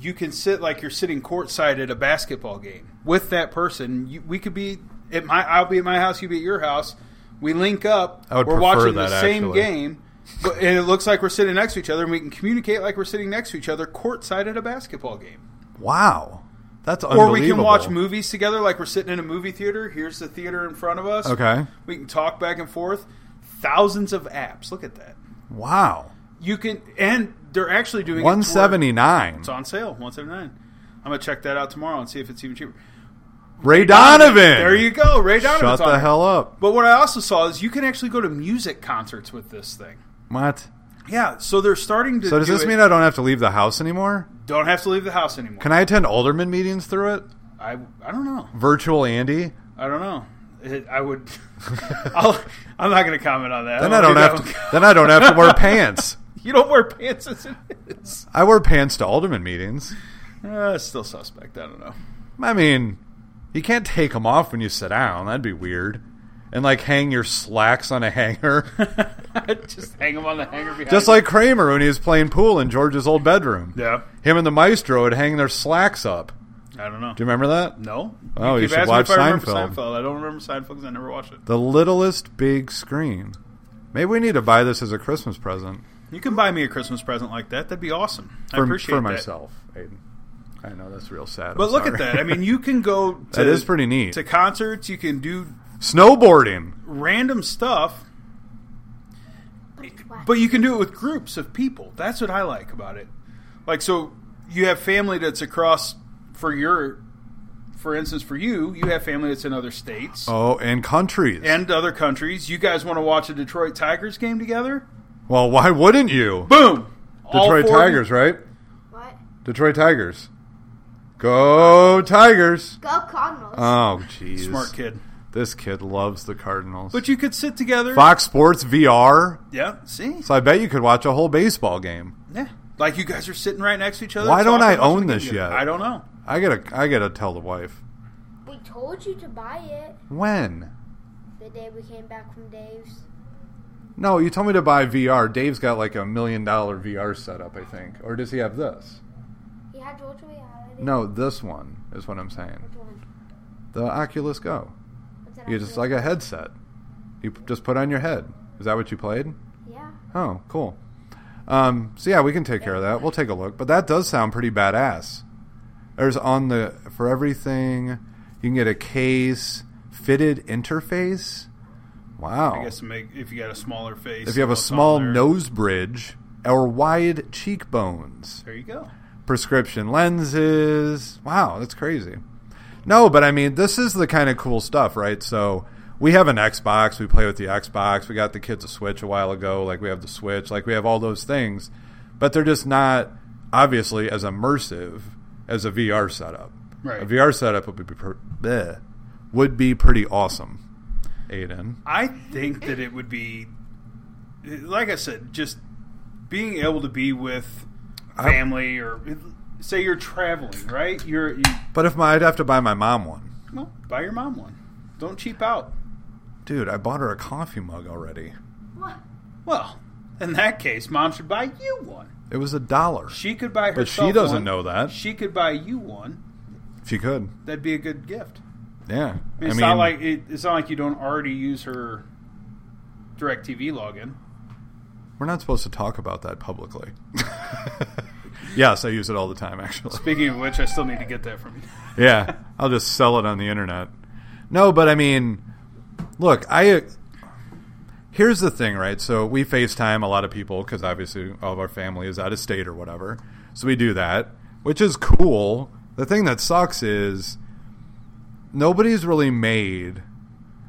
Speaker 2: you can sit like you're sitting courtside at a basketball game with that person. You, we could be at my, I'll be at my house, you be at your house. We link up.
Speaker 1: I would
Speaker 2: we're
Speaker 1: prefer
Speaker 2: watching the
Speaker 1: that,
Speaker 2: same
Speaker 1: actually.
Speaker 2: game, but, and it looks like we're sitting next to each other, and we can communicate like we're sitting next to each other courtside at a basketball game.
Speaker 1: Wow, that's
Speaker 2: Or
Speaker 1: unbelievable.
Speaker 2: we can watch movies together, like we're sitting in a movie theater. Here's the theater in front of us.
Speaker 1: Okay.
Speaker 2: We can talk back and forth. Thousands of apps. Look at that.
Speaker 1: Wow.
Speaker 2: You can, and they're actually doing it to where-
Speaker 1: 179.
Speaker 2: It's on sale, one seventy nine. I'm gonna check that out tomorrow and see if it's even cheaper.
Speaker 1: Ray Donovan.
Speaker 2: There you go, Ray
Speaker 1: Shut
Speaker 2: Donovan.
Speaker 1: the hell up.
Speaker 2: But what I also saw is you can actually go to music concerts with this thing.
Speaker 1: What?
Speaker 2: Yeah, so they're starting to.
Speaker 1: So does
Speaker 2: do
Speaker 1: this
Speaker 2: it-
Speaker 1: mean I don't have to leave the house anymore?
Speaker 2: don't have to leave the house anymore?
Speaker 1: Can I attend alderman meetings through it?
Speaker 2: I I don't know.
Speaker 1: Virtual Andy?
Speaker 2: I don't know. It, I would. I'll, I'm not going to comment on that.
Speaker 1: Then I don't
Speaker 2: do
Speaker 1: have
Speaker 2: that
Speaker 1: to.
Speaker 2: one.
Speaker 1: Then I don't have to wear pants.
Speaker 2: You don't wear pants as it is.
Speaker 1: I wear pants to alderman meetings.
Speaker 2: Uh, still suspect. I don't know.
Speaker 1: I mean, you can't take them off when you sit down. That'd be weird. And like hang your slacks on a hanger,
Speaker 2: Just hang them on the hanger behind.
Speaker 1: just
Speaker 2: you.
Speaker 1: like Kramer when he was playing pool in George's old bedroom.
Speaker 2: yeah.
Speaker 1: Him and the maestro would hang their slacks up.
Speaker 2: I don't know.
Speaker 1: Do you remember that?
Speaker 2: no.
Speaker 1: Oh, you
Speaker 2: keep
Speaker 1: should
Speaker 2: asking me
Speaker 1: watch
Speaker 2: if I remember
Speaker 1: Seinfeld.
Speaker 2: Seinfeld. I don't remember Seinfeld because I never watched it.
Speaker 1: The littlest big screen. Maybe we need to buy this as a Christmas present
Speaker 2: You can buy me a Christmas present like that. That'd be awesome. I
Speaker 1: for,
Speaker 2: appreciate
Speaker 1: for
Speaker 2: that.
Speaker 1: myself. Aiden. I know that's real sad. I'm
Speaker 2: But look
Speaker 1: sorry.
Speaker 2: at that. I mean, you can go. To,
Speaker 1: That is pretty neat.
Speaker 2: To concerts, you can do
Speaker 1: snowboarding.
Speaker 2: random stuff,
Speaker 3: Wow.
Speaker 2: but you can do it with groups of people. That's what I like about it. Like, so you have family that's across for your, for instance, for you, you have family that's in other states
Speaker 1: Oh, and countries.
Speaker 2: and other countries. You guys want to watch a Detroit Tigers game together?
Speaker 1: well, why wouldn't you?
Speaker 2: Boom! All
Speaker 1: Detroit
Speaker 2: four of you-
Speaker 1: Tigers, right?
Speaker 3: What?
Speaker 1: Detroit Tigers. Go Tigers!
Speaker 3: Go Cardinals.
Speaker 1: Oh, jeez.
Speaker 2: Smart kid.
Speaker 1: This kid loves the Cardinals.
Speaker 2: But you could sit together.
Speaker 1: Fox Sports VR.
Speaker 2: Yeah. See.
Speaker 1: So I bet you could watch a whole baseball game.
Speaker 2: Yeah. Like you guys are sitting right next to each other.
Speaker 1: Why don't
Speaker 2: talking,
Speaker 1: I
Speaker 2: watching
Speaker 1: own
Speaker 2: the
Speaker 1: this
Speaker 2: game together.
Speaker 1: yet?
Speaker 2: I don't know.
Speaker 1: I gotta, I gotta tell the wife
Speaker 3: we told you to buy it
Speaker 1: when.
Speaker 3: the day we came back from Dave's.
Speaker 1: No, you told me to buy VR. Dave's got like a million dollar VR setup, I think. Or does he have this?
Speaker 3: He had virtual reality.
Speaker 1: No, this one is what I'm saying.
Speaker 3: Which one?
Speaker 1: The Oculus Go.
Speaker 3: What's that
Speaker 1: You just
Speaker 3: actually-
Speaker 1: like a headset. You p- just put on your head. Is that what you played?
Speaker 3: Yeah.
Speaker 1: Oh, cool. Um, so yeah, we can take care of that. We'll take a look. But that does sound pretty badass. There's on the for everything. You can get a case fitted interface. Wow.
Speaker 2: I guess make if you got a smaller face.
Speaker 1: Oh. if you have a
Speaker 2: what's on
Speaker 1: small
Speaker 2: there.
Speaker 1: nose bridge or wide cheekbones,
Speaker 2: There you go.
Speaker 1: prescription lenses. Wow, that's crazy. No, but I mean, this is the kind of cool stuff, right? So we have an Xbox. We play with the Xbox. We got the kids a Switch a while ago. Like we have the Switch. Like we have all those things, but they're just not obviously as immersive as a VR setup.
Speaker 2: Right.
Speaker 1: A VR setup would be per- bleh, would be pretty awesome. Aiden,
Speaker 2: I think that it would be, like I said, just being able to be with
Speaker 1: I-
Speaker 2: family or say you're traveling, right? You're you,
Speaker 1: but if my I'd have to buy my mom one.
Speaker 2: well, buy your mom one. Don't cheap out.
Speaker 1: Dude, I bought her a coffee mug already.
Speaker 3: What?
Speaker 2: Well, in that case, mom should buy you one.
Speaker 1: It was a dollar.
Speaker 2: She could buy herself.
Speaker 1: But she doesn't
Speaker 2: one.
Speaker 1: know that.
Speaker 2: She could buy you one.
Speaker 1: She could.
Speaker 2: That'd be a good gift.
Speaker 1: Yeah.
Speaker 2: I mean, it's not like it, it's not like you don't already use her DirecTV login.
Speaker 1: we're not supposed to talk about that publicly. yes, I use it all the time, actually.
Speaker 2: Speaking of which, I still need to get that from you.
Speaker 1: yeah, I'll just sell it on the internet. No, but I mean, look, I. Here's the thing, right? So we FaceTime a lot of people because obviously all of our family is out of state or whatever. So we do that, which is cool. The thing that sucks is nobody's really made.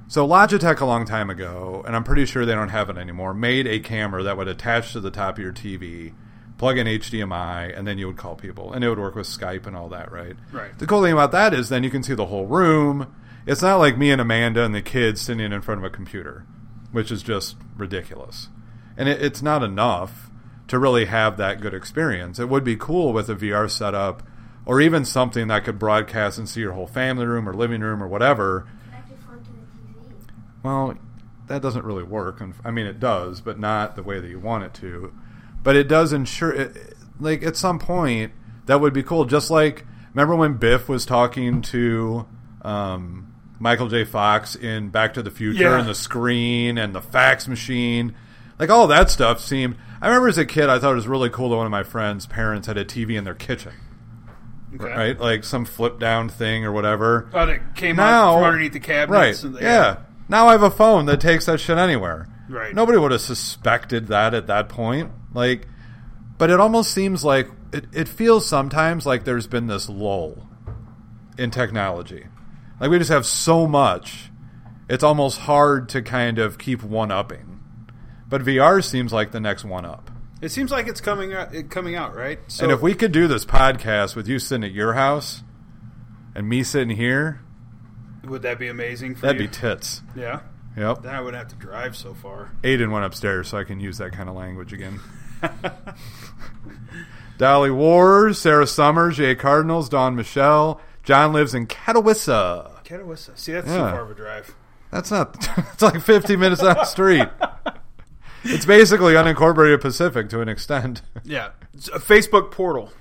Speaker 1: So Logitech a long time ago, and I'm pretty sure they don't have it anymore, made a camera that would attach to the top of your TV, plug in HDMI, and then you would call people, and it would work with Skype and all that, right?
Speaker 2: Right.
Speaker 1: The cool thing about that is then you can see the whole room. It's not like me and Amanda and the kids sitting in front of a computer, which is just ridiculous. And it, it's not enough to really have that good experience. It would be cool with a VR setup or even something that could broadcast and see your whole family room or living room or whatever.
Speaker 3: Connect your phone to the TV.
Speaker 1: Well, that doesn't really work. And- I mean, it does, but not the way that you want it to. But it does ensure, it, like, at some point, that would be cool. Just like, remember when Biff was talking to um, Michael J. Fox in Back to the Future
Speaker 2: Yeah.
Speaker 1: and the screen and the fax machine? Like, all that stuff seemed. I remember as a kid, I thought it was really cool that one of my friends' parents had a TV in their kitchen,
Speaker 2: Okay.
Speaker 1: right? Like some flip down thing or whatever.
Speaker 2: But it came out
Speaker 1: now
Speaker 2: from underneath the cabinets.
Speaker 1: Right.
Speaker 2: and the-
Speaker 1: yeah. Now I have a phone that takes that shit anywhere.
Speaker 2: Right.
Speaker 1: Nobody would have suspected that at that point. Like, but it almost seems like it, it feels sometimes like there's been this lull in technology Like we just have so much. It's almost hard to kind of keep one upping. But VR seems like the next one up.
Speaker 2: It seems like it's coming out, it coming out right. So
Speaker 1: and if we could do this podcast with you sitting at your house and me sitting here,
Speaker 2: would that be amazing? For
Speaker 1: that'd
Speaker 2: you?
Speaker 1: be tits.
Speaker 2: yeah.
Speaker 1: Yep.
Speaker 2: Then I would have to drive so far.
Speaker 1: Aiden went upstairs so I can use that kind of language again. Dolly Wars, Sarah Summers, Jay Cardinals, Don Michelle. John lives in Catawissa.
Speaker 2: Catawissa. See, that's too
Speaker 1: Yeah.
Speaker 2: far of a drive.
Speaker 1: That's not. It's like 50 minutes down the street. It's basically unincorporated Pacific to an extent.
Speaker 2: Yeah, it's a Facebook portal.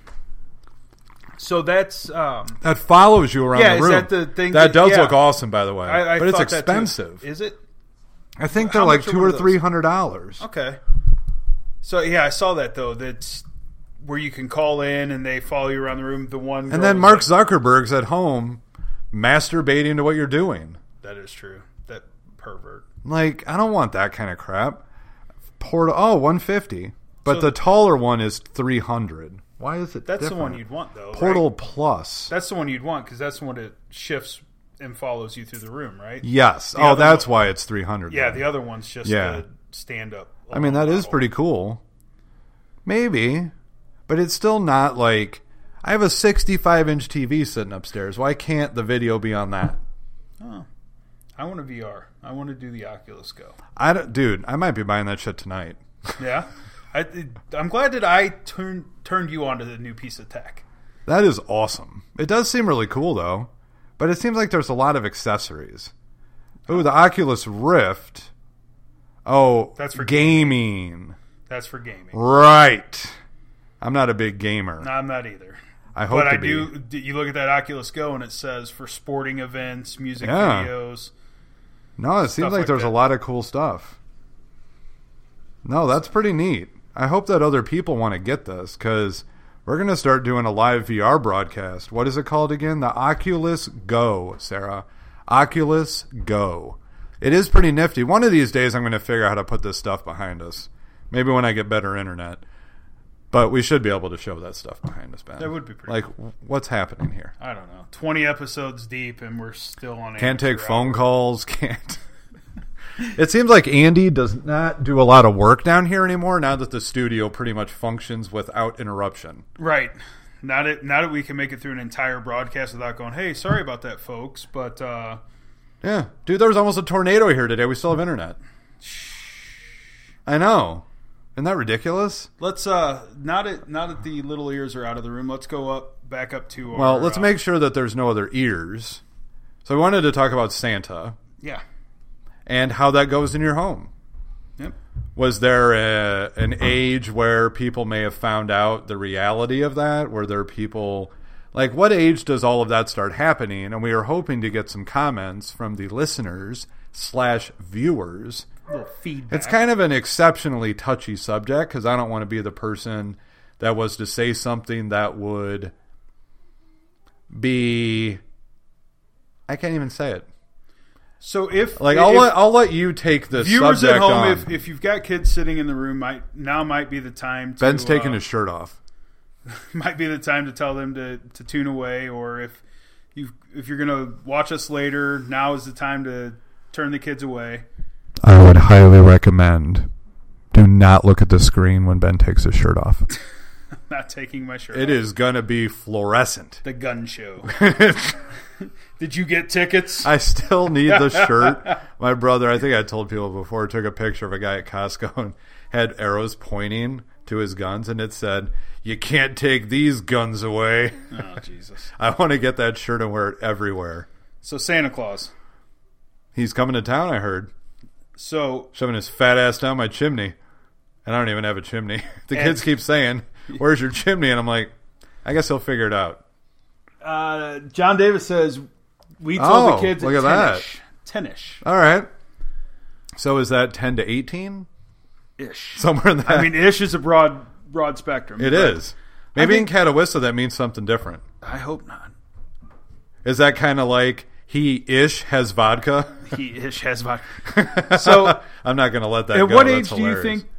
Speaker 2: So that's um,
Speaker 1: That follows you around the
Speaker 2: Yeah, is
Speaker 1: room.
Speaker 2: that the thing
Speaker 1: That
Speaker 2: that-
Speaker 1: does
Speaker 2: yeah.
Speaker 1: look awesome, by the way.
Speaker 2: I, I
Speaker 1: but it's
Speaker 2: thought that too.
Speaker 1: expensive.
Speaker 2: Is it
Speaker 1: I think
Speaker 2: How
Speaker 1: they're like
Speaker 2: much are
Speaker 1: two
Speaker 2: one
Speaker 1: or
Speaker 2: of those?
Speaker 1: three hundred dollars.
Speaker 2: okay? So yeah, I saw that though. That's where you can call in and they follow you around the room. The one girl
Speaker 1: And then Mark
Speaker 2: was like-
Speaker 1: Zuckerberg's at home masturbating to what you're doing.
Speaker 2: that is true. That pervert.
Speaker 1: Like, I don't want that kind of crap. Port oh, 150. But
Speaker 2: So-
Speaker 1: the taller one is 300. Why is it
Speaker 2: That's the one
Speaker 1: different?
Speaker 2: you'd want though.
Speaker 1: Portal
Speaker 2: right?
Speaker 1: Plus.
Speaker 2: That's the one you'd want because that's the one that shifts and follows you through the room, right?
Speaker 1: yes. oh,
Speaker 2: other
Speaker 1: that's why it's 300.
Speaker 2: Yeah,
Speaker 1: then.
Speaker 2: the other one's just
Speaker 1: Yeah.
Speaker 2: the stand up.
Speaker 1: I mean, that is pretty cool. Maybe, but it's still not like I have a 65 inch TV sitting upstairs. Why can't the video be on that?
Speaker 2: Oh. I want a VR. I want to do the Oculus Go.
Speaker 1: I don't, dude, I might be buying that shit tonight.
Speaker 2: Yeah, I, I'm glad that I turned turned you onto the new piece of tech.
Speaker 1: That is awesome. It does seem really cool though, but it seems like there's a lot of accessories. Ooh, the Oculus Rift. Oh,
Speaker 2: That's for
Speaker 1: gaming.
Speaker 2: That's for gaming.
Speaker 1: Right. I'm not a big gamer.
Speaker 2: No, I'm not either.
Speaker 1: I hope
Speaker 2: But
Speaker 1: to
Speaker 2: I
Speaker 1: be.
Speaker 2: do. d- You look at that Oculus Go, and it says for sporting events, music
Speaker 1: Yeah.
Speaker 2: videos.
Speaker 1: No, it seems like,
Speaker 2: like
Speaker 1: there's
Speaker 2: that.
Speaker 1: a lot of cool stuff. No, that's pretty neat. I hope that other people want to get this because we're going to start doing a live VR broadcast. What is it called again? The Oculus Go, Sarah. Oculus Go. It is pretty nifty. One of these days, I'm going to figure out how to put this stuff behind us. Maybe when I get better internet. But we should be able to show that stuff behind us, Ben.
Speaker 2: That would be pretty
Speaker 1: Like, w- what's happening here?
Speaker 2: I don't know. Twenty episodes deep, and we're still on.
Speaker 1: Can't
Speaker 2: amateur
Speaker 1: take
Speaker 2: hour.
Speaker 1: phone calls. Can't. It seems like Andy does not do a lot of work down here anymore. Now that the studio pretty much functions without interruption.
Speaker 2: Right. Now that now that we can make it through an entire broadcast without going, hey, sorry about that, folks, but uh,
Speaker 1: Yeah, dude, there was almost a tornado here today. We still have internet. I know. Isn't that ridiculous?
Speaker 2: let's uh, now that now that the little ears are out of the room, let's go up back up to. Our,
Speaker 1: Well, let's
Speaker 2: uh,
Speaker 1: make sure that there's no other ears. So we wanted to talk about Santa
Speaker 2: yeah.
Speaker 1: and how that goes in your home.
Speaker 2: Yep.
Speaker 1: was there a, an age where people may have found out the reality of that were there people like what age does all of that start happening and we are hoping to get some comments from the listeners slash viewers
Speaker 2: little feedback.
Speaker 1: it's kind of an exceptionally touchy subject because i don't want to be the person that was to say something that would be i can't even say it
Speaker 2: so if
Speaker 1: like
Speaker 2: if,
Speaker 1: I'll, let, I'll let you take this
Speaker 2: viewers
Speaker 1: subject
Speaker 2: at home,
Speaker 1: on.
Speaker 2: if, if you've got kids sitting in the room, might now might be the time. To,
Speaker 1: ben's taking
Speaker 2: uh,
Speaker 1: his shirt off
Speaker 2: might be the time to tell them to, to tune away, or if you if you're gonna watch us later, now is the time to turn the kids away.
Speaker 1: I would highly recommend. Do not look at the screen when Ben takes his shirt off.
Speaker 2: Not taking my shirt.
Speaker 1: It
Speaker 2: off.
Speaker 1: is gonna be fluorescent.
Speaker 2: the gun show. Did you get tickets?
Speaker 1: I still need the shirt. My brother, I think I told people before, took a picture of a guy at Costco and had arrows pointing to his guns, and it said, "You can't take these guns away."
Speaker 2: oh Jesus!
Speaker 1: I want to get that shirt and wear it everywhere.
Speaker 2: So Santa Claus.
Speaker 1: He's coming to town. I heard
Speaker 2: So
Speaker 1: shoving his fat ass down my chimney, and I don't even have a chimney. The
Speaker 2: And-
Speaker 1: kids keep saying, "Where's your chimney?" And I'm like, "I guess he'll figure it out."
Speaker 2: uh, John Davis says we told
Speaker 1: told the
Speaker 2: the
Speaker 1: Oh,
Speaker 2: kids
Speaker 1: kids at look at that.
Speaker 2: Tenish.
Speaker 1: All right. So is that 10 to 18?
Speaker 2: Ish.
Speaker 1: Somewhere in that.
Speaker 2: I mean, ish is a broad broad spectrum.
Speaker 1: it
Speaker 2: but
Speaker 1: is. Maybe
Speaker 2: I think-
Speaker 1: in Catawissa that means something different.
Speaker 2: I hope not.
Speaker 1: Is that kind of like he ish has vodka?
Speaker 2: He ish has vodka. So-
Speaker 1: I'm not going to let that
Speaker 2: At
Speaker 1: go.
Speaker 2: what
Speaker 1: That's
Speaker 2: age do you
Speaker 1: hilarious.
Speaker 2: think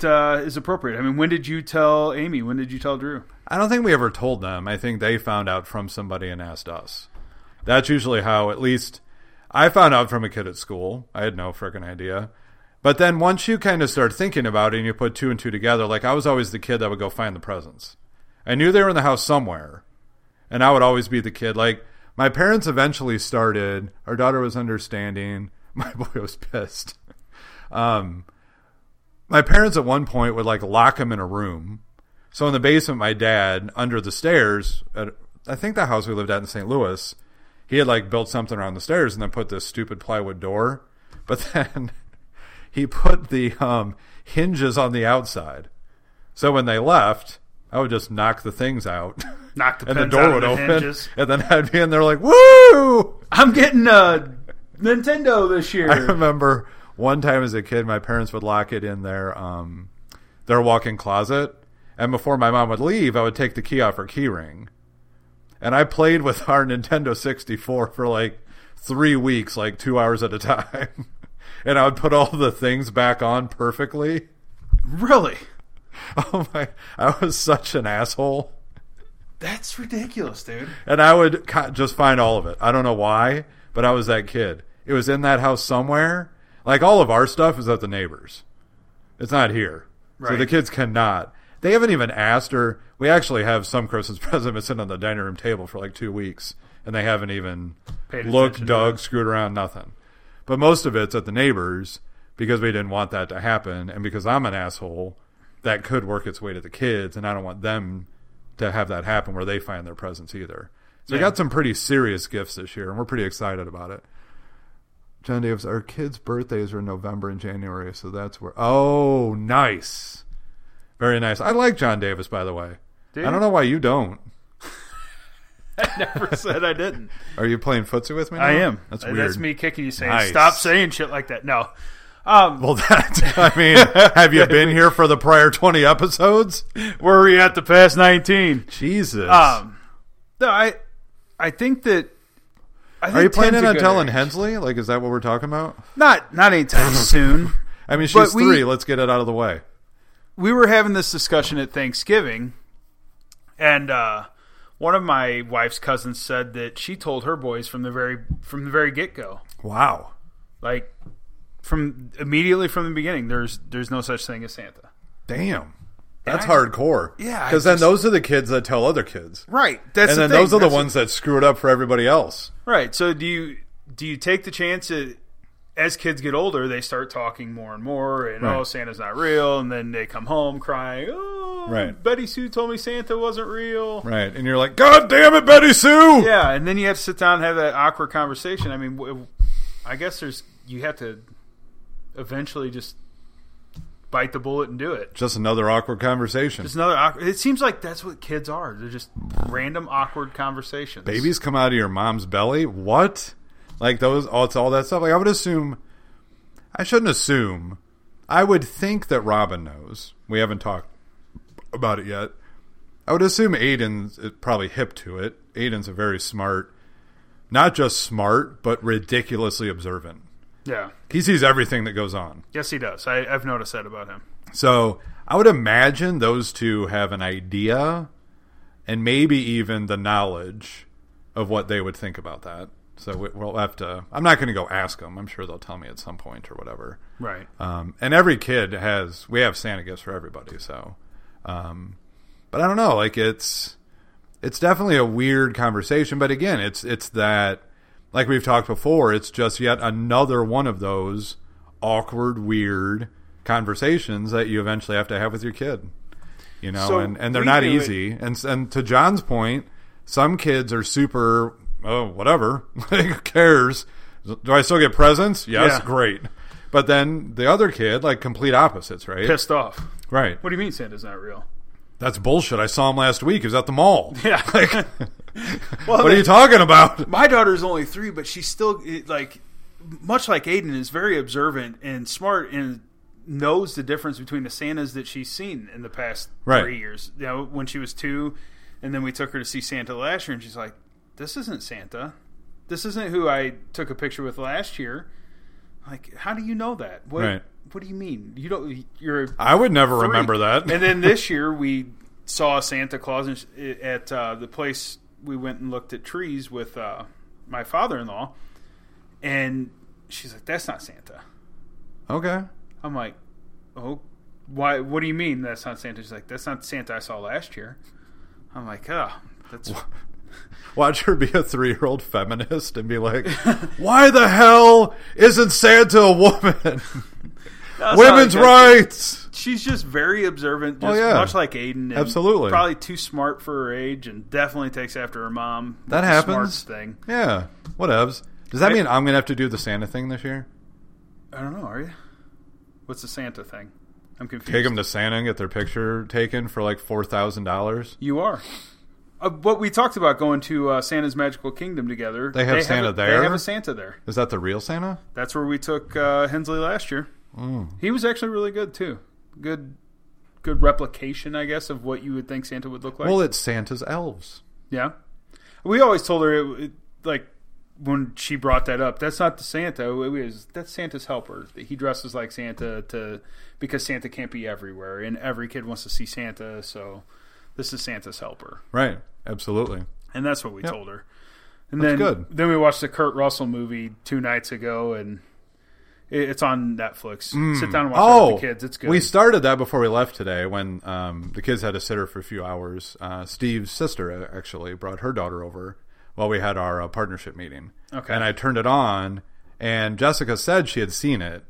Speaker 2: that uh, is appropriate? I mean, when did you tell Amy? When did you tell Drew?
Speaker 1: I don't think we ever told them. I think they found out from somebody and asked us. That's usually how, at least, I found out from a kid at school. I had no freaking idea. But then once you kind of start thinking about it and you put two and two together, like I was always the kid that would go find the presents. I knew they were in the house somewhere, and I would always be the kid. Like my parents eventually started. Our daughter was understanding. My boy was pissed. Um, my parents at one point would like lock him in a room. So in the basement, my dad under the stairs. At, I think the house we lived at in St. Louis, he had like built something around the stairs and then put this stupid plywood door. But then he put the um, hinges on the outside. So when they left, I would just knock the things out.
Speaker 2: Knock the
Speaker 1: and the
Speaker 2: pins
Speaker 1: door
Speaker 2: out of
Speaker 1: would
Speaker 2: the
Speaker 1: open,
Speaker 2: hinges.
Speaker 1: and then I'd be in there like, "Woo!"
Speaker 2: I'm getting a Nintendo this year.
Speaker 1: I remember one time as a kid, my parents would lock it in their um, their walk-in closet, and before my mom would leave, I would take the key off her key ring, and I played with our Nintendo 64 for like three weeks, like two hours at a time, and I would put all the things back on perfectly.
Speaker 2: really?
Speaker 1: Oh my! I was such an asshole.
Speaker 2: That's ridiculous, dude.
Speaker 1: and I would co- just find all of it. I don't know why, but I was that kid. It was in that house somewhere. Like all of our stuff is at the neighbors. It's not here, so
Speaker 2: Right.
Speaker 1: the kids cannot. They haven't even asked her. We actually have some Christmas present that's sitting on the dining room table for like two weeks, and they haven't even
Speaker 2: Paid
Speaker 1: looked,
Speaker 2: attention to
Speaker 1: dug,
Speaker 2: it.
Speaker 1: screwed around, nothing. But most of it's at the neighbors because we didn't want that to happen, and because I'm an asshole, that could work its way to the kids, and I don't want them to have that happen where they find their presents either. So we
Speaker 2: Yeah.
Speaker 1: got some pretty serious gifts this year, and we're pretty excited about it. John Davis, our kids' birthdays are in November and January, so that's where. Oh, nice, very nice. I like John Davis, by the way.
Speaker 2: Do
Speaker 1: I
Speaker 2: you?
Speaker 1: don't know why you don't.
Speaker 2: I never said I didn't.
Speaker 1: Are you playing footsie with me? Now?
Speaker 2: I am.
Speaker 1: That's
Speaker 2: Uh,
Speaker 1: weird.
Speaker 2: That's me kicking you saying,
Speaker 1: Nice.
Speaker 2: stop saying shit like that. No. Um,
Speaker 1: Well, that I mean, have you been here for the prior twenty episodes?
Speaker 2: where are you at the past 19?
Speaker 1: Jesus,
Speaker 2: Um, no, I, I think that. I think
Speaker 1: are you
Speaker 2: ten's
Speaker 1: planning
Speaker 2: a
Speaker 1: on
Speaker 2: good
Speaker 1: telling
Speaker 2: age.
Speaker 1: Hensley? Like, is that what we're talking about?
Speaker 2: Not, not anytime soon.
Speaker 1: I mean, she's
Speaker 2: But we-
Speaker 1: three. Let's get it out of the way.
Speaker 2: we were having this discussion at Thanksgiving, and uh, one of my wife's cousins said that she told her boys from the very from the very get go,
Speaker 1: Wow.
Speaker 2: like from immediately from the beginning, there's there's no such thing as Santa.
Speaker 1: Damn. That's
Speaker 2: I-
Speaker 1: hardcore.
Speaker 2: Yeah, I
Speaker 1: Because then
Speaker 2: just-
Speaker 1: those are the kids that tell other kids.
Speaker 2: Right. That's
Speaker 1: And then those are the ones that screw it up for everybody else.
Speaker 2: Right. So do you do you take the chance that as kids get older, they start talking more and more, and
Speaker 1: Right.
Speaker 2: oh, Santa's not real, and then they come home crying, oh,
Speaker 1: Right.
Speaker 2: Betty Sue told me Santa wasn't real.
Speaker 1: Right. And you're like, God damn it, Betty Sue.
Speaker 2: Yeah, and then you have to sit down and have that awkward conversation. I mean, w- I guess there's you have to eventually just bite the bullet and do it.
Speaker 1: Just another awkward conversation.
Speaker 2: It's another awkward. It seems like that's what kids are. They're just random awkward conversations.
Speaker 1: Babies come out of your mom's belly. What? Like those? Oh, it's all that stuff. Like I would assume. I shouldn't assume. I would think that Robin knows. We haven't talked about it yet. I would assume Aiden's uh, probably hip to it. Aiden's a very smart, not just smart, but ridiculously observant.
Speaker 2: Yeah.
Speaker 1: He sees everything that goes on.
Speaker 2: Yes, he does. I, I've noticed that about him.
Speaker 1: So I would imagine those two have an idea and maybe even the knowledge of what they would think about that. So we- we'll have to. I'm not going to go ask them. I'm sure they'll tell me at some point or whatever.
Speaker 2: Right.
Speaker 1: Um, and every kid has. We have Santa gifts for everybody. So, um, but I don't know. Like it's it's definitely a weird conversation. But again, it's it's that like we've talked before. It's just yet another one of those awkward, weird conversations that you eventually have to have with your kid. You know,
Speaker 2: So
Speaker 1: and, and they're
Speaker 2: we
Speaker 1: not
Speaker 2: do it-
Speaker 1: easy. And and to John's point, some kids are super. Oh, whatever. Like, Who cares? Do I still get presents? Yes,
Speaker 2: Yeah.
Speaker 1: great. But then the other kid, like complete opposites, right?
Speaker 2: Pissed off.
Speaker 1: Right.
Speaker 2: What do you mean Santa's not real?
Speaker 1: That's bullshit. I saw him last week. He was at the mall.
Speaker 2: Yeah.
Speaker 1: Like,
Speaker 2: Well,
Speaker 1: what are
Speaker 2: they-
Speaker 1: you talking about?
Speaker 2: my daughter's only three, but she's still it, like, much like Aiden, is very observant and smart and knows the difference between the Santas that she's seen in the past
Speaker 1: Right.
Speaker 2: three years. You know, when she was two, and then we took her to see Santa last year, and she's like, "This isn't Santa. This isn't who I took a picture with last year." Like, how do you know that? What
Speaker 1: Right.
Speaker 2: What do you mean? You don't. You're a
Speaker 1: I would never
Speaker 2: three.
Speaker 1: remember that.
Speaker 2: and then this year we saw Santa Claus in, at uh, the place we went and looked at trees with uh, my father in law, and she's like, "That's not Santa."
Speaker 1: Okay.
Speaker 2: I'm like, "Oh, why? What do you mean that's not Santa?" She's like, "That's not Santa I saw last year." I'm like, "Ah, that's."
Speaker 1: Watch her be a three year old feminist and be like, why the hell isn't Santa a woman?
Speaker 2: That's
Speaker 1: Women's
Speaker 2: not like that.
Speaker 1: rights.
Speaker 2: She's just very observant,
Speaker 1: Oh,
Speaker 2: just
Speaker 1: yeah.
Speaker 2: much like Aiden. and
Speaker 1: Absolutely.
Speaker 2: probably too smart for her age, and definitely takes after her mom. with
Speaker 1: That
Speaker 2: the
Speaker 1: happens.
Speaker 2: Smarts thing.
Speaker 1: Yeah. Whatevs. Does that
Speaker 2: I-
Speaker 1: mean I'm going to have to do the Santa thing this year?
Speaker 2: I don't know. Are you? What's the Santa thing? I'm confused.
Speaker 1: Take them to Santa and get their picture taken for like $4,000?
Speaker 2: You are. Uh, but we talked about going to uh, Santa's Magical Kingdom together.
Speaker 1: They have
Speaker 2: a-
Speaker 1: Santa
Speaker 2: They
Speaker 1: there?
Speaker 2: have a Santa there.
Speaker 1: Is that the real Santa?
Speaker 2: That's where we took uh, Hensley last year.
Speaker 1: Mm.
Speaker 2: He was actually really good too. Good, good replication, I guess, of what you would think Santa would look like.
Speaker 1: Well, it's Santa's elves.
Speaker 2: yeah. We always told her, it, it, like, when she brought that up, that's not the Santa. It was that's Santa's helper. He dresses like Santa to because Santa can't be everywhere, and every kid wants to see Santa. So this is Santa's helper.
Speaker 1: Right. Absolutely.
Speaker 2: and that's what we
Speaker 1: Yep.
Speaker 2: told her. And
Speaker 1: That's
Speaker 2: then
Speaker 1: good.
Speaker 2: then we watched the Kurt Russell movie two nights ago, and it, it's on Netflix. Sit down and watch it with the kids. It's good.
Speaker 1: Mm. Oh, We started that before we left today when um, the kids had a sitter for a few hours. Uh, Steve's sister uh, actually brought her daughter over while we had our uh, partnership meeting.
Speaker 2: Okay.
Speaker 1: And I turned it on, and Jessica said she had seen it.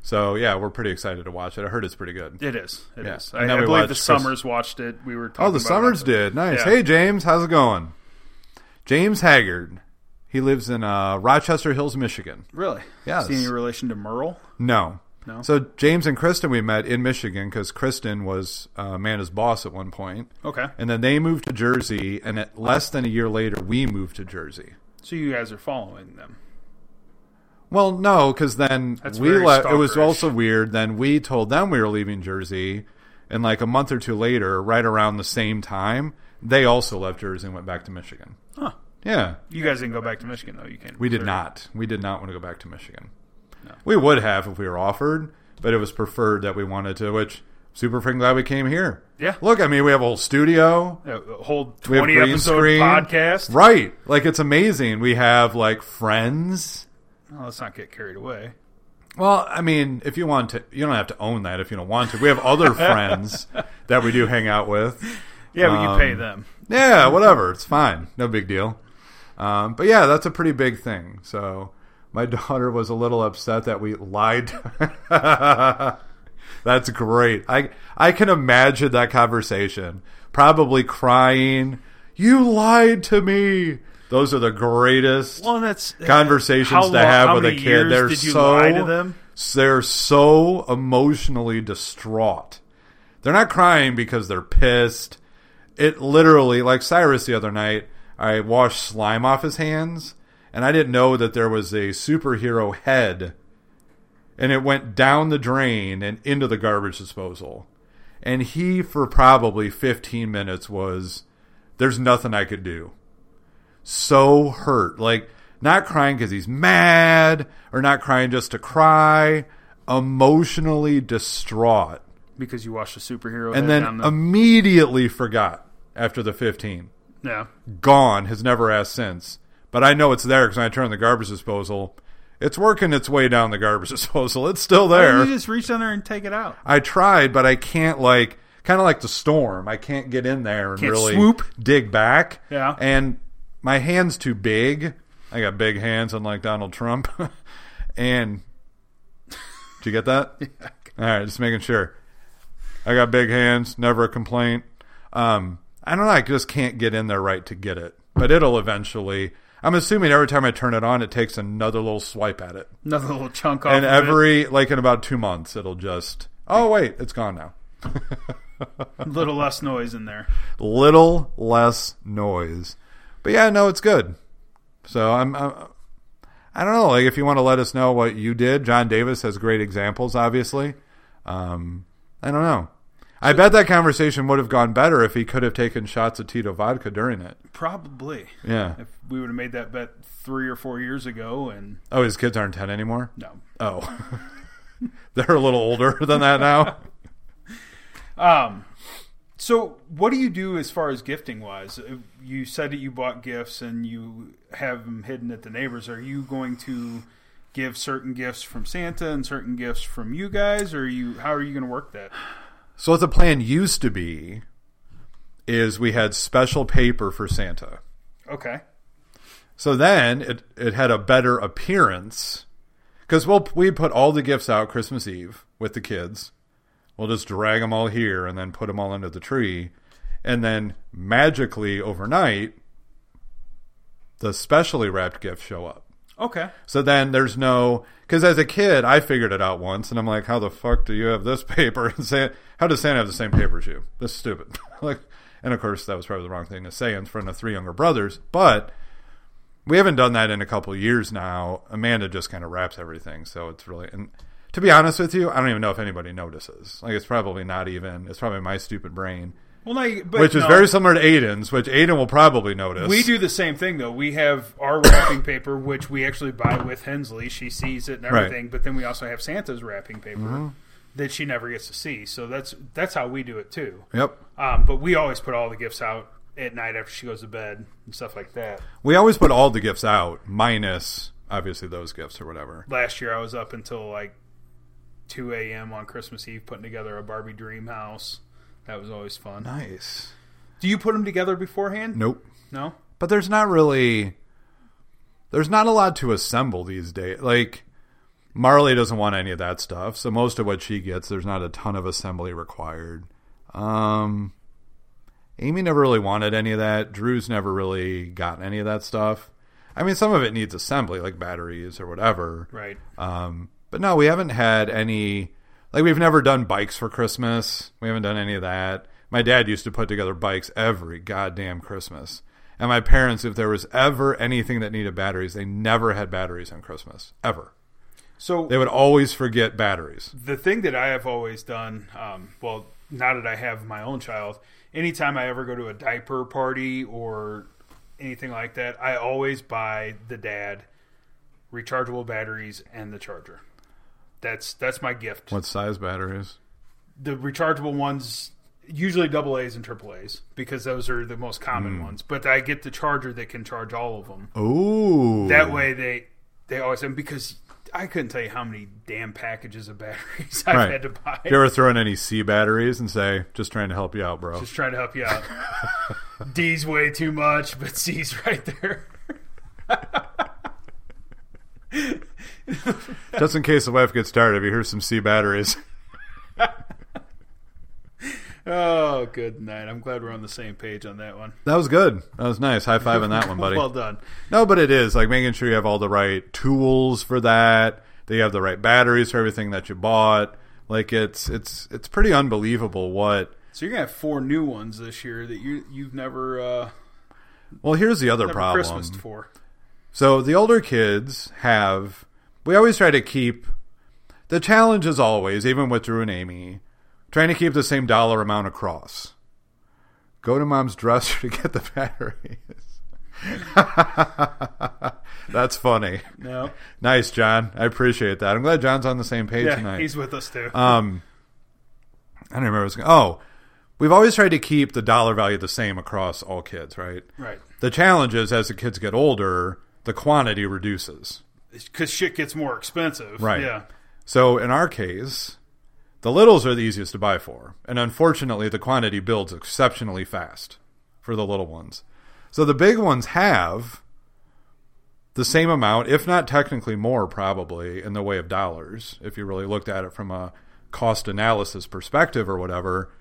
Speaker 1: So, yeah, we're pretty excited to watch it. I heard it's pretty good.
Speaker 2: it is. It is.
Speaker 1: Yeah.
Speaker 2: I,
Speaker 1: And then
Speaker 2: I
Speaker 1: we
Speaker 2: believe the
Speaker 1: watched Chris-
Speaker 2: Summers watched it. We were talking
Speaker 1: Oh, the
Speaker 2: about it.
Speaker 1: Summers did. Nice.
Speaker 2: Yeah.
Speaker 1: Hey, James, how's it going? James Haggard. He lives in uh, Rochester Hills, Michigan.
Speaker 2: Really?
Speaker 1: Yes.
Speaker 2: See any relation to Merle?
Speaker 1: No.
Speaker 2: No?
Speaker 1: So James and Kristen we met in Michigan because Kristen was uh, Amanda's boss at one point,
Speaker 2: Okay.
Speaker 1: and then they moved to Jersey, and at less than a year later we moved to Jersey.
Speaker 2: So you guys are following them.
Speaker 1: Well, no, because then
Speaker 2: That's
Speaker 1: we
Speaker 2: very
Speaker 1: left. It was
Speaker 2: stalkerish.
Speaker 1: also weird. Then we told them we were leaving Jersey, and like a month or two later, right around the same time, they also left Jersey and went back to Michigan.
Speaker 2: Huh.
Speaker 1: Yeah,
Speaker 2: You guys didn't go back to Michigan though. You can't.
Speaker 1: We did not. We did not want to go back to Michigan.
Speaker 2: No.
Speaker 1: We would have if we were offered, but it was preferred that we wanted to, which super freaking glad we came here.
Speaker 2: Yeah.
Speaker 1: Look, I mean, we have a whole studio.
Speaker 2: Uh, a whole
Speaker 1: We have
Speaker 2: twenty
Speaker 1: green
Speaker 2: episode
Speaker 1: screen.
Speaker 2: podcast.
Speaker 1: Right. Like, it's amazing. We have, like, friends.
Speaker 2: Well, let's not get carried away.
Speaker 1: Well, I mean, if you want to, you don't have to own that if you don't want to. We have other friends that we do hang out with.
Speaker 2: Yeah, but
Speaker 1: Um,
Speaker 2: you pay them.
Speaker 1: Yeah, whatever. It's fine. No big deal. Um, but yeah, that's a pretty big thing. So my daughter was a little upset that we lied. that's great. I I can imagine that conversation. Probably crying. You lied to me. Those are the greatest
Speaker 2: Well, and that's
Speaker 1: uh, conversations
Speaker 2: how
Speaker 1: to
Speaker 2: long-
Speaker 1: have
Speaker 2: how
Speaker 1: with a
Speaker 2: many
Speaker 1: kid.
Speaker 2: years
Speaker 1: They're
Speaker 2: did you
Speaker 1: so
Speaker 2: lie to them?
Speaker 1: they're so emotionally distraught. They're not crying because they're pissed. It literally, like Cyrus the other night, I washed slime off his hands, and I didn't know that there was a superhero head, and it went down the drain and into the garbage disposal. And he, for probably 15 minutes, was, There's nothing I could do so hurt. Like, not crying because he's mad or not crying just to cry, emotionally distraught.
Speaker 2: because you watched a superhero
Speaker 1: And
Speaker 2: head
Speaker 1: then um,
Speaker 2: down the-
Speaker 1: immediately forgot after the 15.
Speaker 2: yeah.
Speaker 1: Gone, has never asked since. But I know it's there because I turn the garbage disposal. It's working its way down the garbage disposal. It's still there.
Speaker 2: You just reach down there and take it out.
Speaker 1: I tried, but I can't like kind of like the storm. I can't get in there and
Speaker 2: Can't
Speaker 1: really
Speaker 2: swoop.
Speaker 1: dig back.
Speaker 2: Yeah.
Speaker 1: And my hands too big. I got big hands, unlike Donald Trump. and did you get that? All right, just making sure. I got big hands. Never a complaint. Um, I don't know. I just can't get in there right to get it, but it'll eventually. I'm assuming every time I turn it on, it takes another little swipe at it
Speaker 2: Another little chunk off.
Speaker 1: and
Speaker 2: of it.
Speaker 1: every like in about two months it'll just oh wait it's gone now
Speaker 2: little less noise in there.
Speaker 1: little less noise but yeah no it's good so i'm, I'm i don't know like if you want to let us know what you did john davis has great examples obviously um i don't know i bet that conversation would have gone better if he could have taken shots of tito vodka during it
Speaker 2: Probably.
Speaker 1: yeah
Speaker 2: If we would have made that bet three or four years ago, and
Speaker 1: oh his kids aren't 10 anymore
Speaker 2: no.
Speaker 1: oh they're a little older than that now
Speaker 2: Um, So, what do you do as far as gifting wise? Uh, You said that you bought gifts and you have them hidden at the neighbors. Are you going to give certain gifts from Santa and certain gifts from you guys, or are you how are you going to work that?
Speaker 1: So what the plan used to be is we had special paper for Santa.
Speaker 2: Okay,
Speaker 1: So then it it had a better appearance because we'll we put all the gifts out Christmas Eve with the kids. We'll just drag them all here and then put them all under the tree, and then magically overnight, the specially wrapped gifts show up.
Speaker 2: okay,
Speaker 1: So then there's no because as a kid I figured it out once and I'm like, how the fuck do you have this paper? And Santa, how does Santa have the same paper as you? This is stupid. like, and of course that was probably the wrong thing to say in front of three younger brothers. But we haven't done that in a couple years now. Amanda just kind of wraps everything, so it's really and to be honest with you, I don't even know if anybody notices. Like it's probably not even. It's probably my stupid brain,
Speaker 2: well, now you, but
Speaker 1: which is
Speaker 2: no,
Speaker 1: very similar to Aiden's, which Aiden will probably notice.
Speaker 2: We do the same thing though. We have our wrapping paper, which we actually buy with Hensley. She sees it and
Speaker 1: Right. Mm-hmm.
Speaker 2: everything, but then we also have Santa's wrapping paper that she never gets to see. So that's that's how we do it too.
Speaker 1: Yep.
Speaker 2: Um, but we always put all the gifts out at night after she goes to bed and stuff like that.
Speaker 1: We always put all the gifts out, minus obviously those gifts or whatever.
Speaker 2: Last year, I was up until like 2 a.m. on Christmas Eve putting together a Barbie dream house. That was always fun.
Speaker 1: Nice.
Speaker 2: Do you put them together beforehand?
Speaker 1: Nope.
Speaker 2: No?
Speaker 1: But there's not really there's not a lot to assemble these days. Like Marley doesn't want any of that stuff, so most of what she gets, there's not a ton of assembly required. Um Amy never really wanted any of that. Drew's never really gotten any of that stuff. I mean, some of it needs assembly, like batteries or whatever.
Speaker 2: Right.
Speaker 1: Um, but no, we haven't had any. Like we've never done bikes for Christmas. We haven't done any of that. My dad used to put together bikes every goddamn Christmas. And my parents, if there was ever anything that needed batteries, they never had batteries on Christmas ever.
Speaker 2: So
Speaker 1: They would always forget batteries.
Speaker 2: the thing that I have always done, um, well, now that I have my own child, anytime I ever go to a diaper party or anything like that, I always buy the dad rechargeable batteries and the charger. That's that's my gift.
Speaker 1: What size batteries?
Speaker 2: the rechargeable ones usually double A's and triple A's because those are the most
Speaker 1: Mm.
Speaker 2: common ones. But I get the charger that can charge all of them.
Speaker 1: Ooh,
Speaker 2: That way they they always and because I couldn't tell you how many damn packages of batteries I've
Speaker 1: Right.
Speaker 2: had to buy.
Speaker 1: You ever throw in any C batteries and say, "Just trying to help you out, bro"?
Speaker 2: Just trying to help you out. D's way too much, but C's right there.
Speaker 1: Just in case the wife gets tired of you, here's some C batteries.
Speaker 2: Oh, good night. I'm glad we're on the same page on that one.
Speaker 1: That was good. That was nice. High five on that one, buddy.
Speaker 2: Well done.
Speaker 1: No, but it is like making sure you have all the right tools for that. That you have the right batteries for everything that you bought. Like it's it's it's pretty unbelievable what.
Speaker 2: So you're gonna have four new ones this year that you you've never uh,
Speaker 1: Well, here's the other
Speaker 2: never
Speaker 1: problem.
Speaker 2: Christmased for.
Speaker 1: So the older kids have. We always try to keep. The challenge is always, even with Drew and Amy, trying to keep the same dollar amount across. Go to mom's dresser to get the batteries. That's funny.
Speaker 2: No,
Speaker 1: Nice, John. I appreciate that. I'm glad John's on the same page
Speaker 2: yeah,
Speaker 1: tonight.
Speaker 2: he's with us too.
Speaker 1: Um, I don't remember. What I was going oh, we've always tried to keep the dollar value the same across all kids, right?
Speaker 2: right,
Speaker 1: The challenge is as the kids get older, the quantity reduces.
Speaker 2: because shit gets more expensive.
Speaker 1: Right.
Speaker 2: Yeah.
Speaker 1: So in our case, the littles are the easiest to buy for, and unfortunately, the quantity builds exceptionally fast for the little ones. So the big ones have the same amount, if not technically more, probably in the way of dollars, if you really looked at it from a cost analysis perspective or whatever.